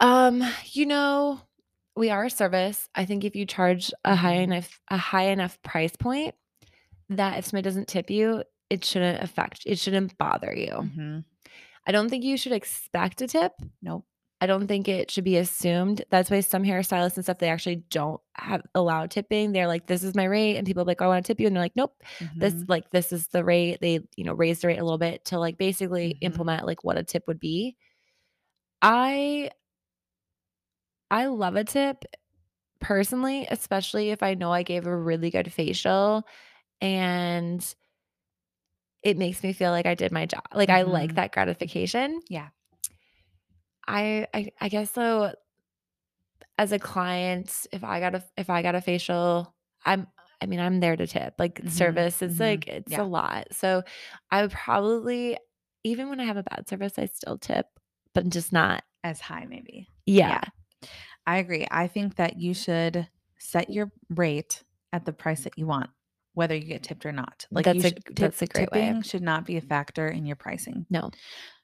Speaker 2: Um, you know, we are a service. I think if you charge a high
Speaker 1: Mhm.
Speaker 2: enough a high enough price point that if somebody doesn't tip you, it shouldn't affect it shouldn't bother you.
Speaker 1: Mhm.
Speaker 2: I don't think you should expect a tip.
Speaker 1: Nope.
Speaker 2: I don't think it should be assumed. That's why some hairstylists and stuff they actually don't have allow tipping. They're like, this is my rate. And people are like, "Oh, I want to tip you. And they're like, nope, this
Speaker 1: Mhm.
Speaker 2: like this is the rate they you know raise the rate a little bit to like basically
Speaker 1: Mhm.
Speaker 2: implement like what a tip would be i i love a tip personally especially if i know i gave a really good facial and it makes me feel like i did my job like i like
Speaker 1: Mhm.
Speaker 2: that gratification
Speaker 1: Yeah.
Speaker 2: i i, I guess so as a client if i got a if i got a facial i'm i mean i'm there to tip like
Speaker 1: Mhm,
Speaker 2: service it's
Speaker 1: mhm,
Speaker 2: like it's
Speaker 1: yeah.
Speaker 2: a lot so i would probably even when i have a bad service i still tip but just not
Speaker 1: As high, maybe.
Speaker 2: yeah,
Speaker 1: I agree. I think that you should set your rate at the price that you want, whether you get tipped or not. Like
Speaker 2: That's
Speaker 1: you
Speaker 2: a-
Speaker 1: should, tip-
Speaker 2: that's a great way.
Speaker 1: tipping should not be a factor in your pricing.
Speaker 2: No.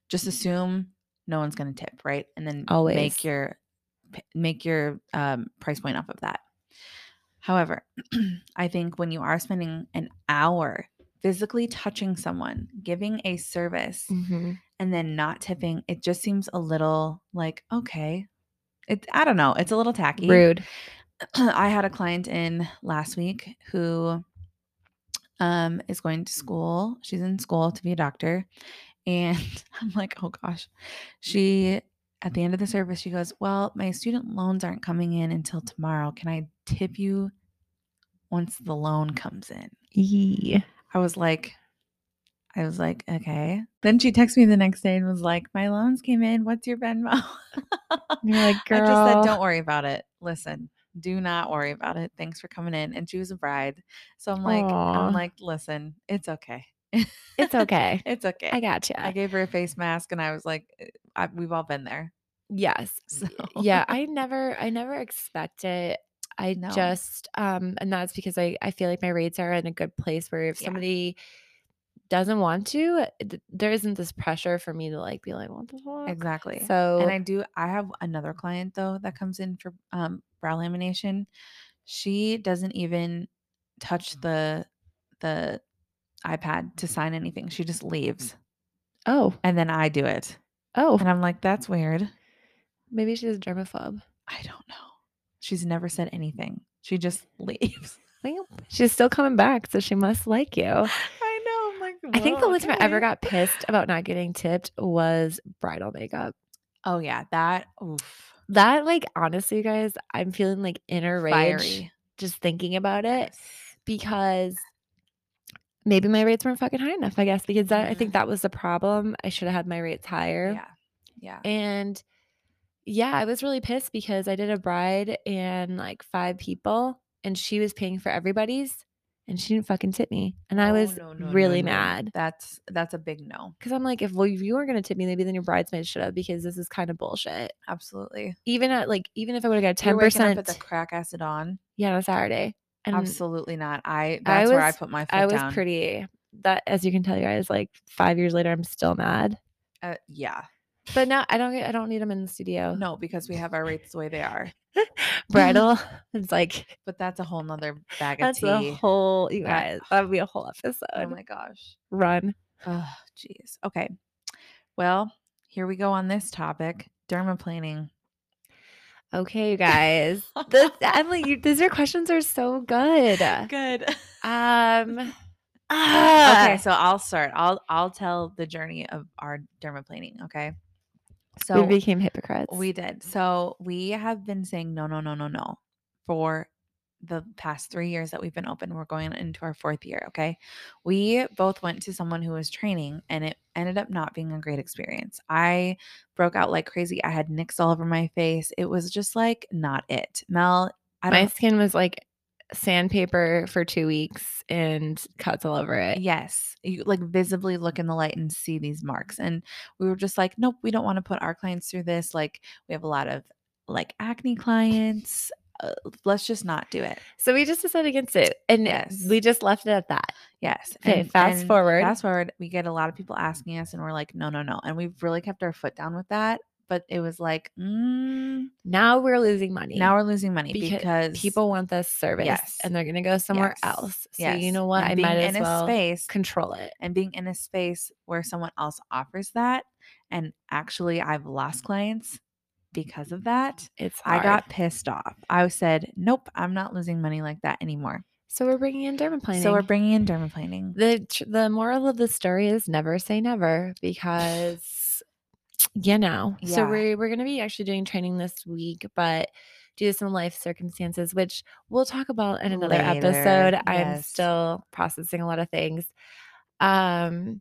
Speaker 1: just assume no one's going to tip, right? And then
Speaker 2: Always.
Speaker 1: make your p- make your um, price point off of that. However, I think when you are spending an hour physically touching someone, giving a service,
Speaker 2: Mhm.
Speaker 1: and then not tipping, it just seems a little like okay. It, I don't know. It's a little tacky.
Speaker 2: rude
Speaker 1: I had a client in last week who um is going to school. She's in school to be a doctor. And I'm like, oh gosh. She at the end of the service, she goes, Well, my student loans aren't coming in until tomorrow. Can I tip you once the loan comes in?
Speaker 2: yeah
Speaker 1: I was like, I was like, okay. Then she texted me the next day and was like, My loans came in. What's your Venmo?
Speaker 2: you're like girl
Speaker 1: I just said, don't worry about it. Listen, do not worry about it. Thanks for coming in. And she was a bride. So I'm like,
Speaker 2: Aw.
Speaker 1: I'm like, listen, it's okay.
Speaker 2: it's okay
Speaker 1: It's okay.
Speaker 2: i gotcha
Speaker 1: I gave her a face mask and I was like, "Eh, I, we've all been there.
Speaker 2: yes
Speaker 1: So
Speaker 2: yeah i never i never expect it i
Speaker 1: No.
Speaker 2: just um and that's because i i feel like my rates are in a good place where if
Speaker 1: Yeah.
Speaker 2: somebody doesn't want to th- there isn't this pressure for me to like be like what the fuck
Speaker 1: exactly.
Speaker 2: so
Speaker 1: and I do, I have another client though that comes in for um, brow lamination. She doesn't even touch the, the, iPad to sign anything. She just leaves
Speaker 2: oh
Speaker 1: and then I do it.
Speaker 2: Mm. oh
Speaker 1: And I'm like, that's weird.
Speaker 2: maybe she's a germaphobe
Speaker 1: I don't know. She's never said anything. She just leaves.
Speaker 2: Well, she's still coming back so she must like you
Speaker 1: I know. I'm like,
Speaker 2: Oh. i think the
Speaker 1: "Whoa,
Speaker 2: only time i ever
Speaker 1: okay."
Speaker 2: got pissed about not getting tipped was bridal makeup
Speaker 1: Oh yeah, that oof.
Speaker 2: that like honestly you guys i'm feeling like inner rage
Speaker 1: Fiery.
Speaker 2: just thinking about it
Speaker 1: Yes.
Speaker 2: because maybe my rates weren't fucking high enough, I guess, because that, I
Speaker 1: Mhm.
Speaker 2: think that was the problem. I should have had my rates higher.
Speaker 1: Yeah. Yeah.
Speaker 2: And yeah, I was really pissed because I did a bride and like five people and she was paying for everybody's and she didn't fucking tip me. And I
Speaker 1: Oh,
Speaker 2: was
Speaker 1: no, no, no,
Speaker 2: really
Speaker 1: no.
Speaker 2: mad.
Speaker 1: That's that's a big no.
Speaker 2: Cause I'm like, if well, if you weren't gonna tip me, maybe then your bridesmaids should have because this is kind of bullshit.
Speaker 1: Absolutely.
Speaker 2: Even at like, even if I would have got ten
Speaker 1: You're waking up
Speaker 2: percent,
Speaker 1: at the crack acid on.
Speaker 2: yeah, on a Saturday, and
Speaker 1: Absolutely not. I that's where I
Speaker 2: was-
Speaker 1: put my foot
Speaker 2: I was
Speaker 1: down.
Speaker 2: pretty that, as you can tell, you guys, like five years later, I'm still mad.
Speaker 1: Uh, yeah.
Speaker 2: But now I don't get, I don't need them in the studio.
Speaker 1: No, because we have our rates the way they are.
Speaker 2: Bridal, it's like
Speaker 1: But that's a whole nother bag of
Speaker 2: that's
Speaker 1: tea.
Speaker 2: a whole you
Speaker 1: That-
Speaker 2: guys. That would be a whole episode.
Speaker 1: oh my gosh.
Speaker 2: Run.
Speaker 1: Oh, jeez. Okay. Well, here we go on this topic dermaplaning.
Speaker 2: Okay, you guys. this, Emily, you, these your questions are so good.
Speaker 1: Good.
Speaker 2: Um.
Speaker 1: okay,
Speaker 2: ah.
Speaker 1: so I'll start. I'll I'll tell the journey of our dermaplaning. Okay. So
Speaker 2: we became hypocrites.
Speaker 1: We did. So we have been saying no, no, no, no, no for the past three years that we've been open. We're going into our fourth year. Okay. We both went to someone who was training and it ended up not being a great experience. I broke out like crazy. I had nicks all over my face. It was just like not it. Mel, I
Speaker 2: my
Speaker 1: don't
Speaker 2: skin was like sandpaper for two weeks and cuts all over it.
Speaker 1: Yes. You like visibly look in the light and see these marks. And we were just like, nope, we don't want to put our clients through this. Like, we have a lot of like acne clients. Uh, let's just not do it.
Speaker 2: So we just decided against it, and
Speaker 1: Yes.
Speaker 2: we just left it at that.
Speaker 1: Yes.
Speaker 2: Okay, fast forward.
Speaker 1: Fast forward, we get a lot of people asking us, and we're like, no, no, no. And we've really kept our foot down with that. But it was like, mm,
Speaker 2: Now we're losing money.
Speaker 1: now we're losing money
Speaker 2: Beca-
Speaker 1: because,
Speaker 2: people want this service,
Speaker 1: Yes.
Speaker 2: and they're gonna go somewhere
Speaker 1: Yes.
Speaker 2: else. So
Speaker 1: Yes.
Speaker 2: you know what?
Speaker 1: And
Speaker 2: I
Speaker 1: being
Speaker 2: might as
Speaker 1: in
Speaker 2: well
Speaker 1: a space
Speaker 2: control it.
Speaker 1: and being in a space where someone else offers that and actually i've lost clients because of that
Speaker 2: It's
Speaker 1: i got pissed off i said nope i'm not losing money like that anymore
Speaker 2: so we're bringing in dermaplaning.
Speaker 1: so we're bringing in dermaplaning
Speaker 2: the tr- the moral of the story is never say never because you know. So
Speaker 1: Yeah.
Speaker 2: we're we're gonna be actually doing training this week, but due to some life circumstances, which we'll talk about in another
Speaker 1: Later,
Speaker 2: episode. I'm
Speaker 1: yes.
Speaker 2: still processing a lot of things. Um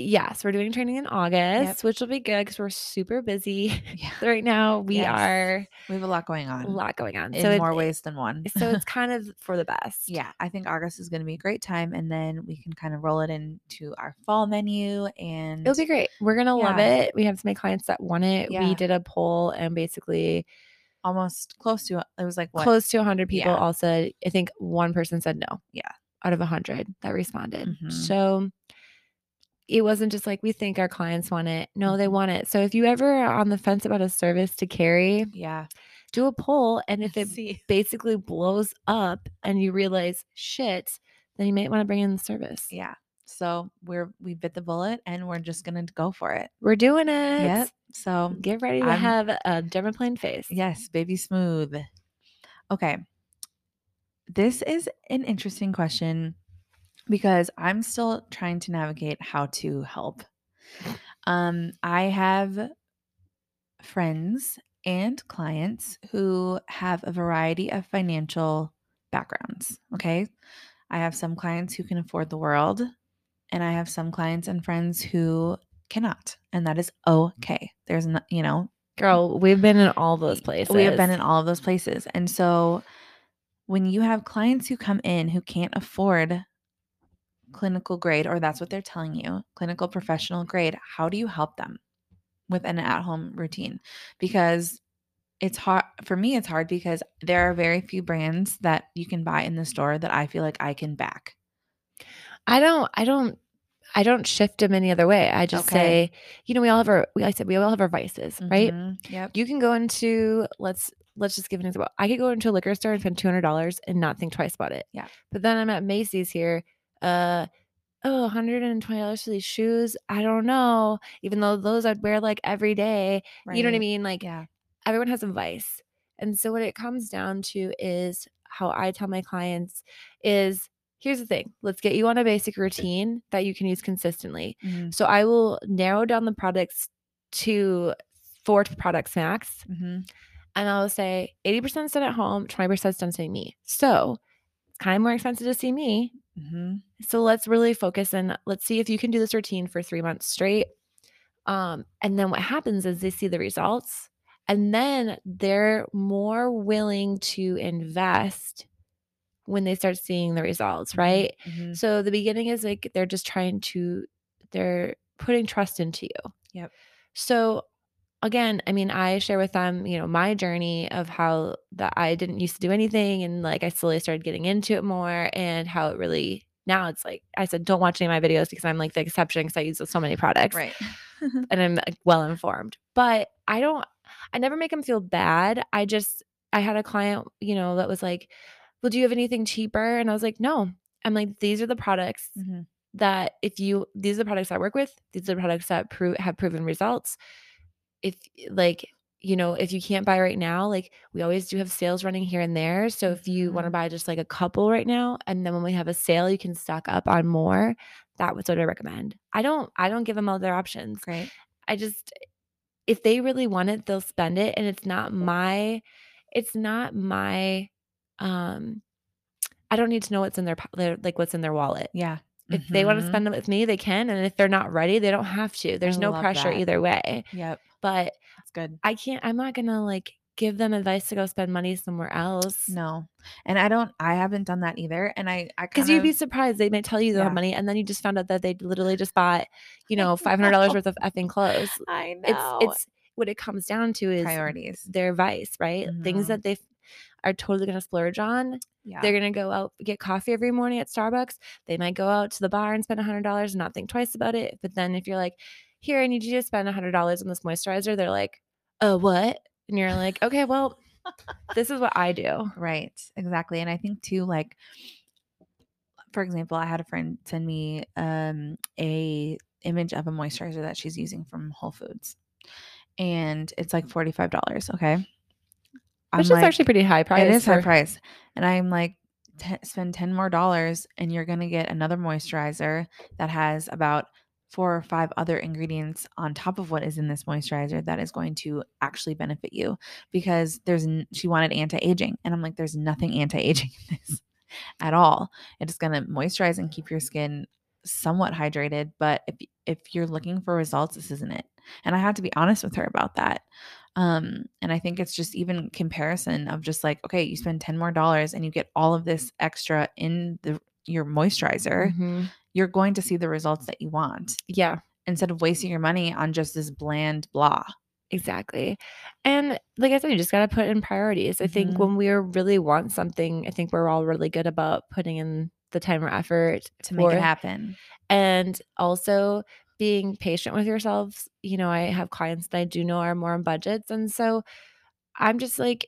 Speaker 2: yes, we're doing training in August, which will be good because we're super busy
Speaker 1: yeah.
Speaker 2: right now. We
Speaker 1: Yes.
Speaker 2: are
Speaker 1: we have a lot going on
Speaker 2: a lot going on.
Speaker 1: in
Speaker 2: so it-
Speaker 1: more ways than one
Speaker 2: so it's kind of for the best.
Speaker 1: yeah i think august is going to be a great time and then we can kind of roll it into our fall menu and
Speaker 2: It'll be great. We're gonna love
Speaker 1: Yeah.
Speaker 2: it. We have some clients that want it.
Speaker 1: Yeah.
Speaker 2: We did a poll, and basically
Speaker 1: almost close to it was like what
Speaker 2: close to 100 people
Speaker 1: Yeah.
Speaker 2: all said. I think one person said no.
Speaker 1: Yeah.
Speaker 2: out of 100 that responded.
Speaker 1: Mhm.
Speaker 2: So it wasn't just like we think our clients want it. No, they
Speaker 1: Mhm.
Speaker 2: want it. So if you ever are on the fence about a service to carry,
Speaker 1: yeah
Speaker 2: do a poll, and if it
Speaker 1: See.
Speaker 2: basically blows up and you realize shit, then you might want to bring in the service.
Speaker 1: yeah so we're we bit the bullet and we're just gonna go for it
Speaker 2: We're doing it.
Speaker 1: Yep. So
Speaker 2: Get ready to
Speaker 1: I'm-
Speaker 2: have a dermaplane face.
Speaker 1: yes, baby smooth. Okay. This is an interesting question because I'm still trying to navigate how to help. Um, I have friends and clients who have a variety of financial backgrounds. Okay. I have some clients who can afford the world, and I have some clients and friends who cannot. And that is okay. There's, no, you know,
Speaker 2: Girl, we've been in all those places.
Speaker 1: we have been in all of those places. And so when you have clients who come in who can't afford clinical grade, or that's what they're telling you, clinical professional grade, how do you help them with an at home routine? Because it's hard for me, it's hard because there are very few brands that you can buy in the store that I feel like I can back.
Speaker 2: I don't. I don't. I don't shift them any other way. I just
Speaker 1: Okay.
Speaker 2: say, you know, we all have our. We, like I said we all have our vices, right?
Speaker 1: Mhm. Yep.
Speaker 2: You can go into let's let's just give an example. I could go into a liquor store and spend two hundred dollars and not think twice about it.
Speaker 1: Yeah.
Speaker 2: But then I'm at Macy's here. Uh, oh, one hundred and twenty dollars for these shoes. I don't know. Even though those I'd wear like every day. You know what I
Speaker 1: Right.
Speaker 2: mean? Like
Speaker 1: Yeah.
Speaker 2: everyone has a vice. And so what it comes down to is how I tell my clients is here's the thing. Let's get you on a basic routine that you can use consistently.
Speaker 1: Mhm.
Speaker 2: So I will narrow down the products to four products max.
Speaker 1: Mhm.
Speaker 2: And I'll say 80% is done at home, 20% is done seeing me. So it's kind of more expensive to see me.
Speaker 1: Mhm.
Speaker 2: So let's really focus and let's see if you can do this routine for three months straight. Um, and then what happens is they see the results and then they're more willing to invest when they start seeing the results, right?
Speaker 1: Mhm.
Speaker 2: So the beginning is like they're just trying to, they're putting trust into you.
Speaker 1: Yep.
Speaker 2: So again, I mean, I share with them, you know, my journey of how that I didn't used to do anything and like I slowly started getting into it more and how it really Now it's like I said, don't watch any of my videos because I'm like the exception because I use so many products
Speaker 1: Right.
Speaker 2: and I'm like, well informed. But I don't, I never make them feel bad. I just, I had a client, you know, that was like, well, do you have anything cheaper? And I was like, no. I'm like, these are the products
Speaker 1: Mhm.
Speaker 2: that if you, these are the products I work with, these are the products that prove have proven results. If like, you know, if you can't buy right now, like we always do have sales running here and there. So if you want to
Speaker 1: Mhm.
Speaker 2: buy just like a couple right now, and then when we have a sale, you can stock up on more. That was what I recommend. I don't, I don't give them other options.
Speaker 1: Great.
Speaker 2: I just if they really want it, they'll spend it and it's not my it's not my um I don't need to know what's in their, po- their like what's in their wallet.
Speaker 1: Yeah.
Speaker 2: If they want to
Speaker 1: Mhm.
Speaker 2: spend it with me, they can and if they're not ready, they don't have to. There's no
Speaker 1: love
Speaker 2: pressure
Speaker 1: that.
Speaker 2: either way.
Speaker 1: Yep.
Speaker 2: But
Speaker 1: That's good.
Speaker 2: I can't I'm not going to like give them advice to go spend money somewhere else.
Speaker 1: No. And I don't I haven't done that either. And I I
Speaker 2: Because
Speaker 1: kind
Speaker 2: you'd be
Speaker 1: of-
Speaker 2: surprised. They might tell you they
Speaker 1: Yeah.
Speaker 2: have money, and then you just found out that they literally just bought, you
Speaker 1: I
Speaker 2: know, five hundred dollars
Speaker 1: know.
Speaker 2: worth of effing clothes.
Speaker 1: I
Speaker 2: It's
Speaker 1: know.
Speaker 2: it's what it comes down to is
Speaker 1: priorities.
Speaker 2: their vice, right?
Speaker 1: Mhm.
Speaker 2: Things that they f- are totally going to splurge on.
Speaker 1: Yeah.
Speaker 2: They're going to go out get coffee every morning at Starbucks. They might go out to the bar and spend $100 and not think twice about it. But then if you're like, "Here, I need you to spend $100 on this moisturizer." They're like, "Uh, what?" And you're like, "Okay, well, this is what I do."
Speaker 1: Right, exactly. And I think too, like, for example, I had a friend send me um, a image of a moisturizer that she's using from Whole Foods, and it's like forty five dollars. Okay, I'm
Speaker 2: Which is
Speaker 1: like,
Speaker 2: actually pretty high price.
Speaker 1: it is high
Speaker 2: for-
Speaker 1: price, and I'm like, "Ten- spend ten more dollars, and you're gonna get another moisturizer that has about four or five other ingredients on top of what is in this moisturizer that is going to actually benefit you because there's n- she wanted anti-aging and i'm like there's nothing anti-aging in this at all it's going to moisturize and keep your skin somewhat hydrated but if y- if you're looking for results this isn't it and i had to be honest with her about that um and i think it's just even comparison of just like okay you spend 10 more dollars and you get all of this extra in the your moisturizer
Speaker 2: Mhm.
Speaker 1: you're going to see the results that you want
Speaker 2: Yeah.
Speaker 1: instead of wasting your money on just this bland blah
Speaker 2: Exactly. And like I said, you just got to put in priorities. I
Speaker 1: Mhm.
Speaker 2: think when we really want something, I think we're all really good about putting in the time or effort
Speaker 1: to make
Speaker 2: for-
Speaker 1: it happen
Speaker 2: And also being patient with yourselves. You know, I have clients that I do know are more on budgets. And so I'm just like,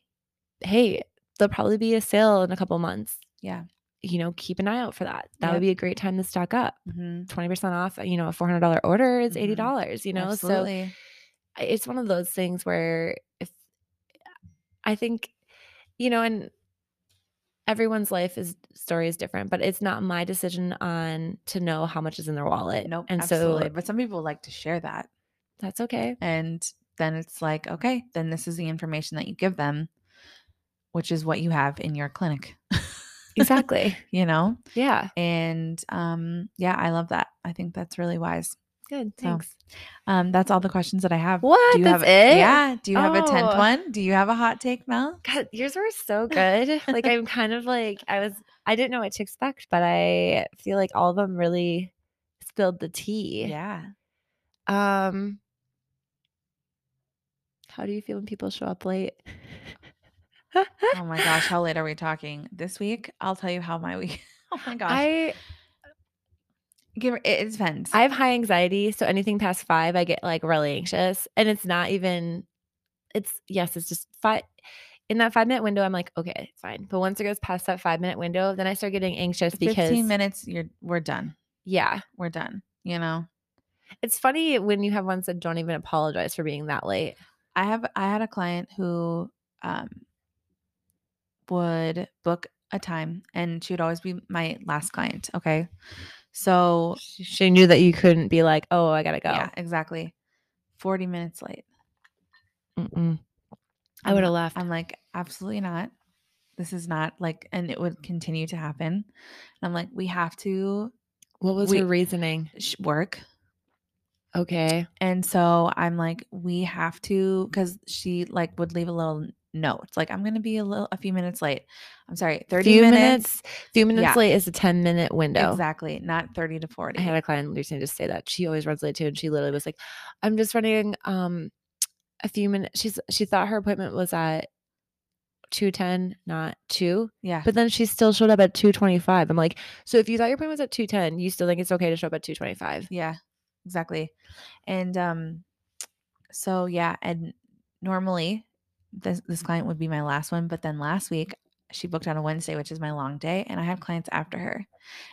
Speaker 2: hey, there'll probably be a sale in a couple months.
Speaker 1: yeah
Speaker 2: You know, keep an eye out for that. That
Speaker 1: Yep.
Speaker 2: would be a great time to stock up.
Speaker 1: mm-hmm.
Speaker 2: 20% off, you know, a $400 order is
Speaker 1: Mhm.
Speaker 2: $80, dollars you know? So
Speaker 1: Absolutely.
Speaker 2: I- it's one of those things where if I think, you know, and everyone's life is story is different, but it's not my decision on to know how much is in their wallet.
Speaker 1: Nope.
Speaker 2: and
Speaker 1: absolutely.
Speaker 2: so
Speaker 1: but some people like to share that.
Speaker 2: that's okay.
Speaker 1: And then it's like, okay, then this is the information that you give them, which is what you have in your clinic,
Speaker 2: Exactly.
Speaker 1: you know?
Speaker 2: yeah.
Speaker 1: And um, yeah, I love that. I think that's really wise.
Speaker 2: Good.
Speaker 1: So, Um, that's all the questions that I have.
Speaker 2: what?
Speaker 1: Do you
Speaker 2: that's
Speaker 1: have
Speaker 2: it?
Speaker 1: Yeah. Do you have a 10th
Speaker 2: Oh.
Speaker 1: one? Do you have a hot take, Mel?
Speaker 2: God, yours were so good. like I'm kind of like I was I didn't know what to expect, but I feel like all of them really spilled the tea.
Speaker 1: Yeah.
Speaker 2: Um, how do you feel when people show up late?
Speaker 1: Oh my gosh, how late are we talking? This week, I'll tell you how my week. Oh my gosh.
Speaker 2: I
Speaker 1: Give it, it depends.
Speaker 2: I have high anxiety, so anything past five, I get like really anxious, and it's not even. It's yes, it's just five. In that five minute window, I'm like, okay, it's fine. But once it goes past that five minute window, then I start getting anxious because
Speaker 1: 15 minutes, you're we're done.
Speaker 2: yeah,
Speaker 1: We're done. You know?
Speaker 2: it's funny when you have one said, "Don't even apologize for being that late."
Speaker 1: I have I had a client who um would book a time and she would always be my last client, okay? So
Speaker 2: She, she knew that you couldn't be like, "Oh, I gotta go."
Speaker 1: yeah, exactly. 40 minutes late.
Speaker 2: Mm-mm. I
Speaker 1: I'm
Speaker 2: would have
Speaker 1: not-
Speaker 2: left.
Speaker 1: I'm like, absolutely not. This is not like and it would continue to happen. And I'm like, we have to
Speaker 2: what was
Speaker 1: we-
Speaker 2: her reasoning?
Speaker 1: sh- work.
Speaker 2: Okay.
Speaker 1: And so I'm like, we have to, because she like would leave a little n- note. It's like, I'm gonna be a little, a few minutes late. I'm sorry, 30
Speaker 2: few
Speaker 1: minutes.
Speaker 2: minutes, few minutes
Speaker 1: Yeah.
Speaker 2: late is a 10 minute window
Speaker 1: Exactly, not 30 to 40.
Speaker 2: i had a client recently just say that she always runs late too and she literally was like i'm just running um a few minutes she's she thought her appointment was at 210, not 2.
Speaker 1: Yeah.
Speaker 2: But then she still showed up at 225. I'm like, so if you thought your appointment was at 210, you still think it's okay to show up at 225.
Speaker 1: Yeah, exactly. And um, so yeah, and normally this this client would be my last one, but then last week she booked on a Wednesday, which is my long day, and I have clients after her,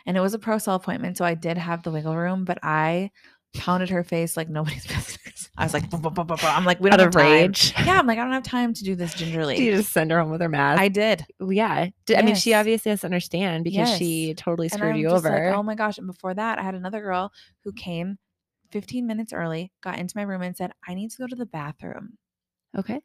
Speaker 1: and it was a pro sell appointment, so I did have the wiggle room, but I pounded her face like nobody's business. I was like, "Bum, bum, bum, bum, bum." I'm like, we don't have
Speaker 2: Out of
Speaker 1: time.
Speaker 2: rage.
Speaker 1: Yeah, I'm like, I don't have time to do this
Speaker 2: You
Speaker 1: gingerly.
Speaker 2: just send her home with her mask.
Speaker 1: I did.
Speaker 2: yeah. D- I mean, she
Speaker 1: Yes.
Speaker 2: obviously has to understand because she totally
Speaker 1: And
Speaker 2: screwed
Speaker 1: I'm
Speaker 2: you
Speaker 1: just
Speaker 2: over.
Speaker 1: like, oh my gosh. And before that, I had another girl who came 15 minutes early, got into my room and said, I need to go to the bathroom.
Speaker 2: okay.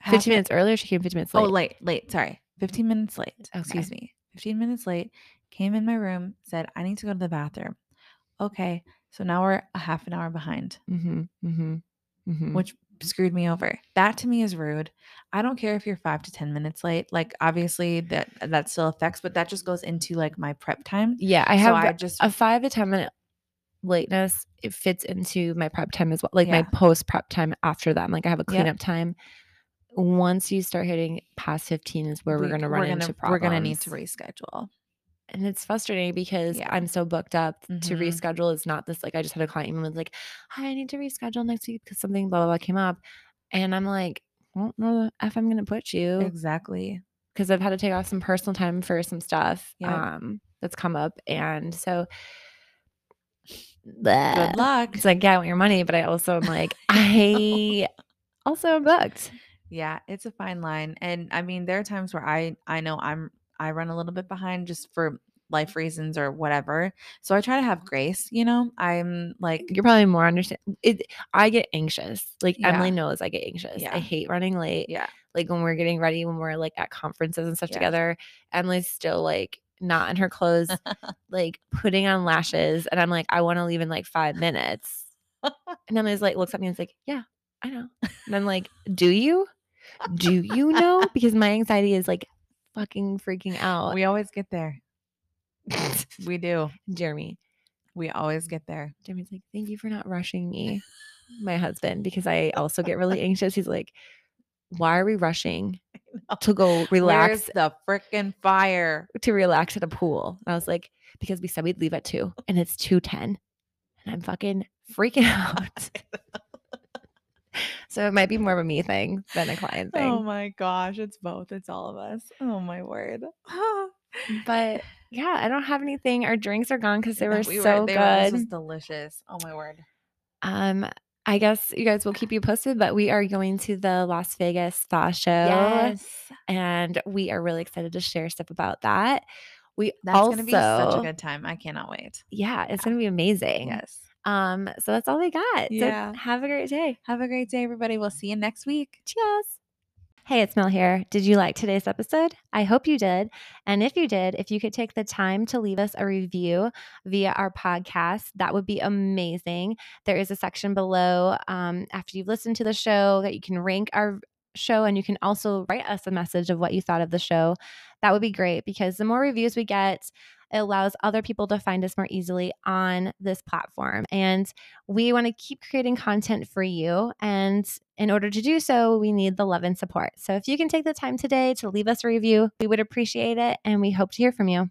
Speaker 1: Half
Speaker 2: 15
Speaker 1: an-
Speaker 2: minutes earlier, she came 15 minutes late.
Speaker 1: Oh, late, late. Sorry. 15 minutes late. Excuse me. 15 minutes late. Came in my room, said, I need to go to the bathroom. Okay. So now we're a half an hour behind,
Speaker 2: Mm-hmm. Mm-hmm. Mm-hmm.
Speaker 1: which screwed me over. That to me is rude. I don't care if you're five to 10 minutes late. Like, obviously, that that still affects, but that just goes into like my prep time.
Speaker 2: yeah, I have
Speaker 1: so I just,
Speaker 2: a five to 10 minute lateness. It fits into my prep time as well, like my
Speaker 1: Yeah.
Speaker 2: post prep time after that. Like I have a
Speaker 1: Yep.
Speaker 2: cleanup time. Once you start hitting past 15 is where we, are
Speaker 1: we-
Speaker 2: going to run into problems.
Speaker 1: We're gonna need to reschedule.
Speaker 2: and it's frustrating because
Speaker 1: Yeah.
Speaker 2: I'm so booked up to
Speaker 1: Mhm.
Speaker 2: reschedule. It's not this like I just had a client email was like, "Hi, I need to reschedule next week because something blah blah blah came up," and I'm like, "I don't know the f I'm gonna put you
Speaker 1: Exactly.
Speaker 2: because I've had to take off some personal time for some stuff
Speaker 1: Yep.
Speaker 2: um, that's come up, and so
Speaker 1: Good
Speaker 2: bleh.
Speaker 1: luck.
Speaker 2: it's like, yeah, I want your money, but I also am like, I also am booked.
Speaker 1: Yeah, it's a fine line, and I mean, there are times where I I know I'm I run a little bit behind just for life reasons or whatever. So I try to have grace. You know, I'm like,
Speaker 2: you're probably more understand. It, I get anxious. Like Emily
Speaker 1: Yeah.
Speaker 2: knows I get anxious.
Speaker 1: Yeah.
Speaker 2: I hate running late.
Speaker 1: Yeah.
Speaker 2: Like when we're getting ready, when we're like at conferences and stuff
Speaker 1: Yeah.
Speaker 2: together, Emily's still like not in her clothes, like putting on lashes, and I'm like, I want to leave in like five minutes. and Emily's like looks at me and is like, Yeah, I know. And I'm like, Do you? Do you know? Because my anxiety is like fucking freaking out.
Speaker 1: we always get there. We do.
Speaker 2: Jeremy,
Speaker 1: We always get there.
Speaker 2: Jimmy's like, thank you for not rushing me, my husband, because I also get really anxious. He's like, why are we rushing to go
Speaker 1: Where's
Speaker 2: relax
Speaker 1: the freaking fire? Oh
Speaker 2: to relax at a pool? And I was like, because we said we'd leave at two and it's two ten. And I'm fucking freaking out. so it might be more of a me thing than a client thing.
Speaker 1: Oh my gosh, it's both. It's all of us. Oh my word.
Speaker 2: but yeah, I don't have anything. Our drinks are gone because they were
Speaker 1: We
Speaker 2: so
Speaker 1: they were-
Speaker 2: good.
Speaker 1: this was delicious. Oh my word.
Speaker 2: Um, I guess you guys will keep you posted, but we are going to the Las Vegas Thaw Show, and we are really excited to share stuff about that. We
Speaker 1: That's
Speaker 2: also,
Speaker 1: gonna be such a good time. I cannot wait.
Speaker 2: yeah, it's gonna be amazing.
Speaker 1: Yes.
Speaker 2: Um, so that's all we got.
Speaker 1: Yeah.
Speaker 2: So have a great day.
Speaker 1: Have a great day, everybody. We'll see you next week.
Speaker 2: Cheers. Hey, it's Mel here. Did you like today's episode? I hope you did. And if you did, if you could take the time to leave us a review via our podcast, that would be amazing. There is a section below um, after you've listened to the show that you can rank our show and you can also write us a message of what you thought of the show. That would be great because the more reviews we get, it allows other people to find us more easily on this platform. And we want to keep creating content for you. And in order to do so, we need the love and support. So if you can take the time today to leave us a review, we would appreciate it. And we hope to hear from you.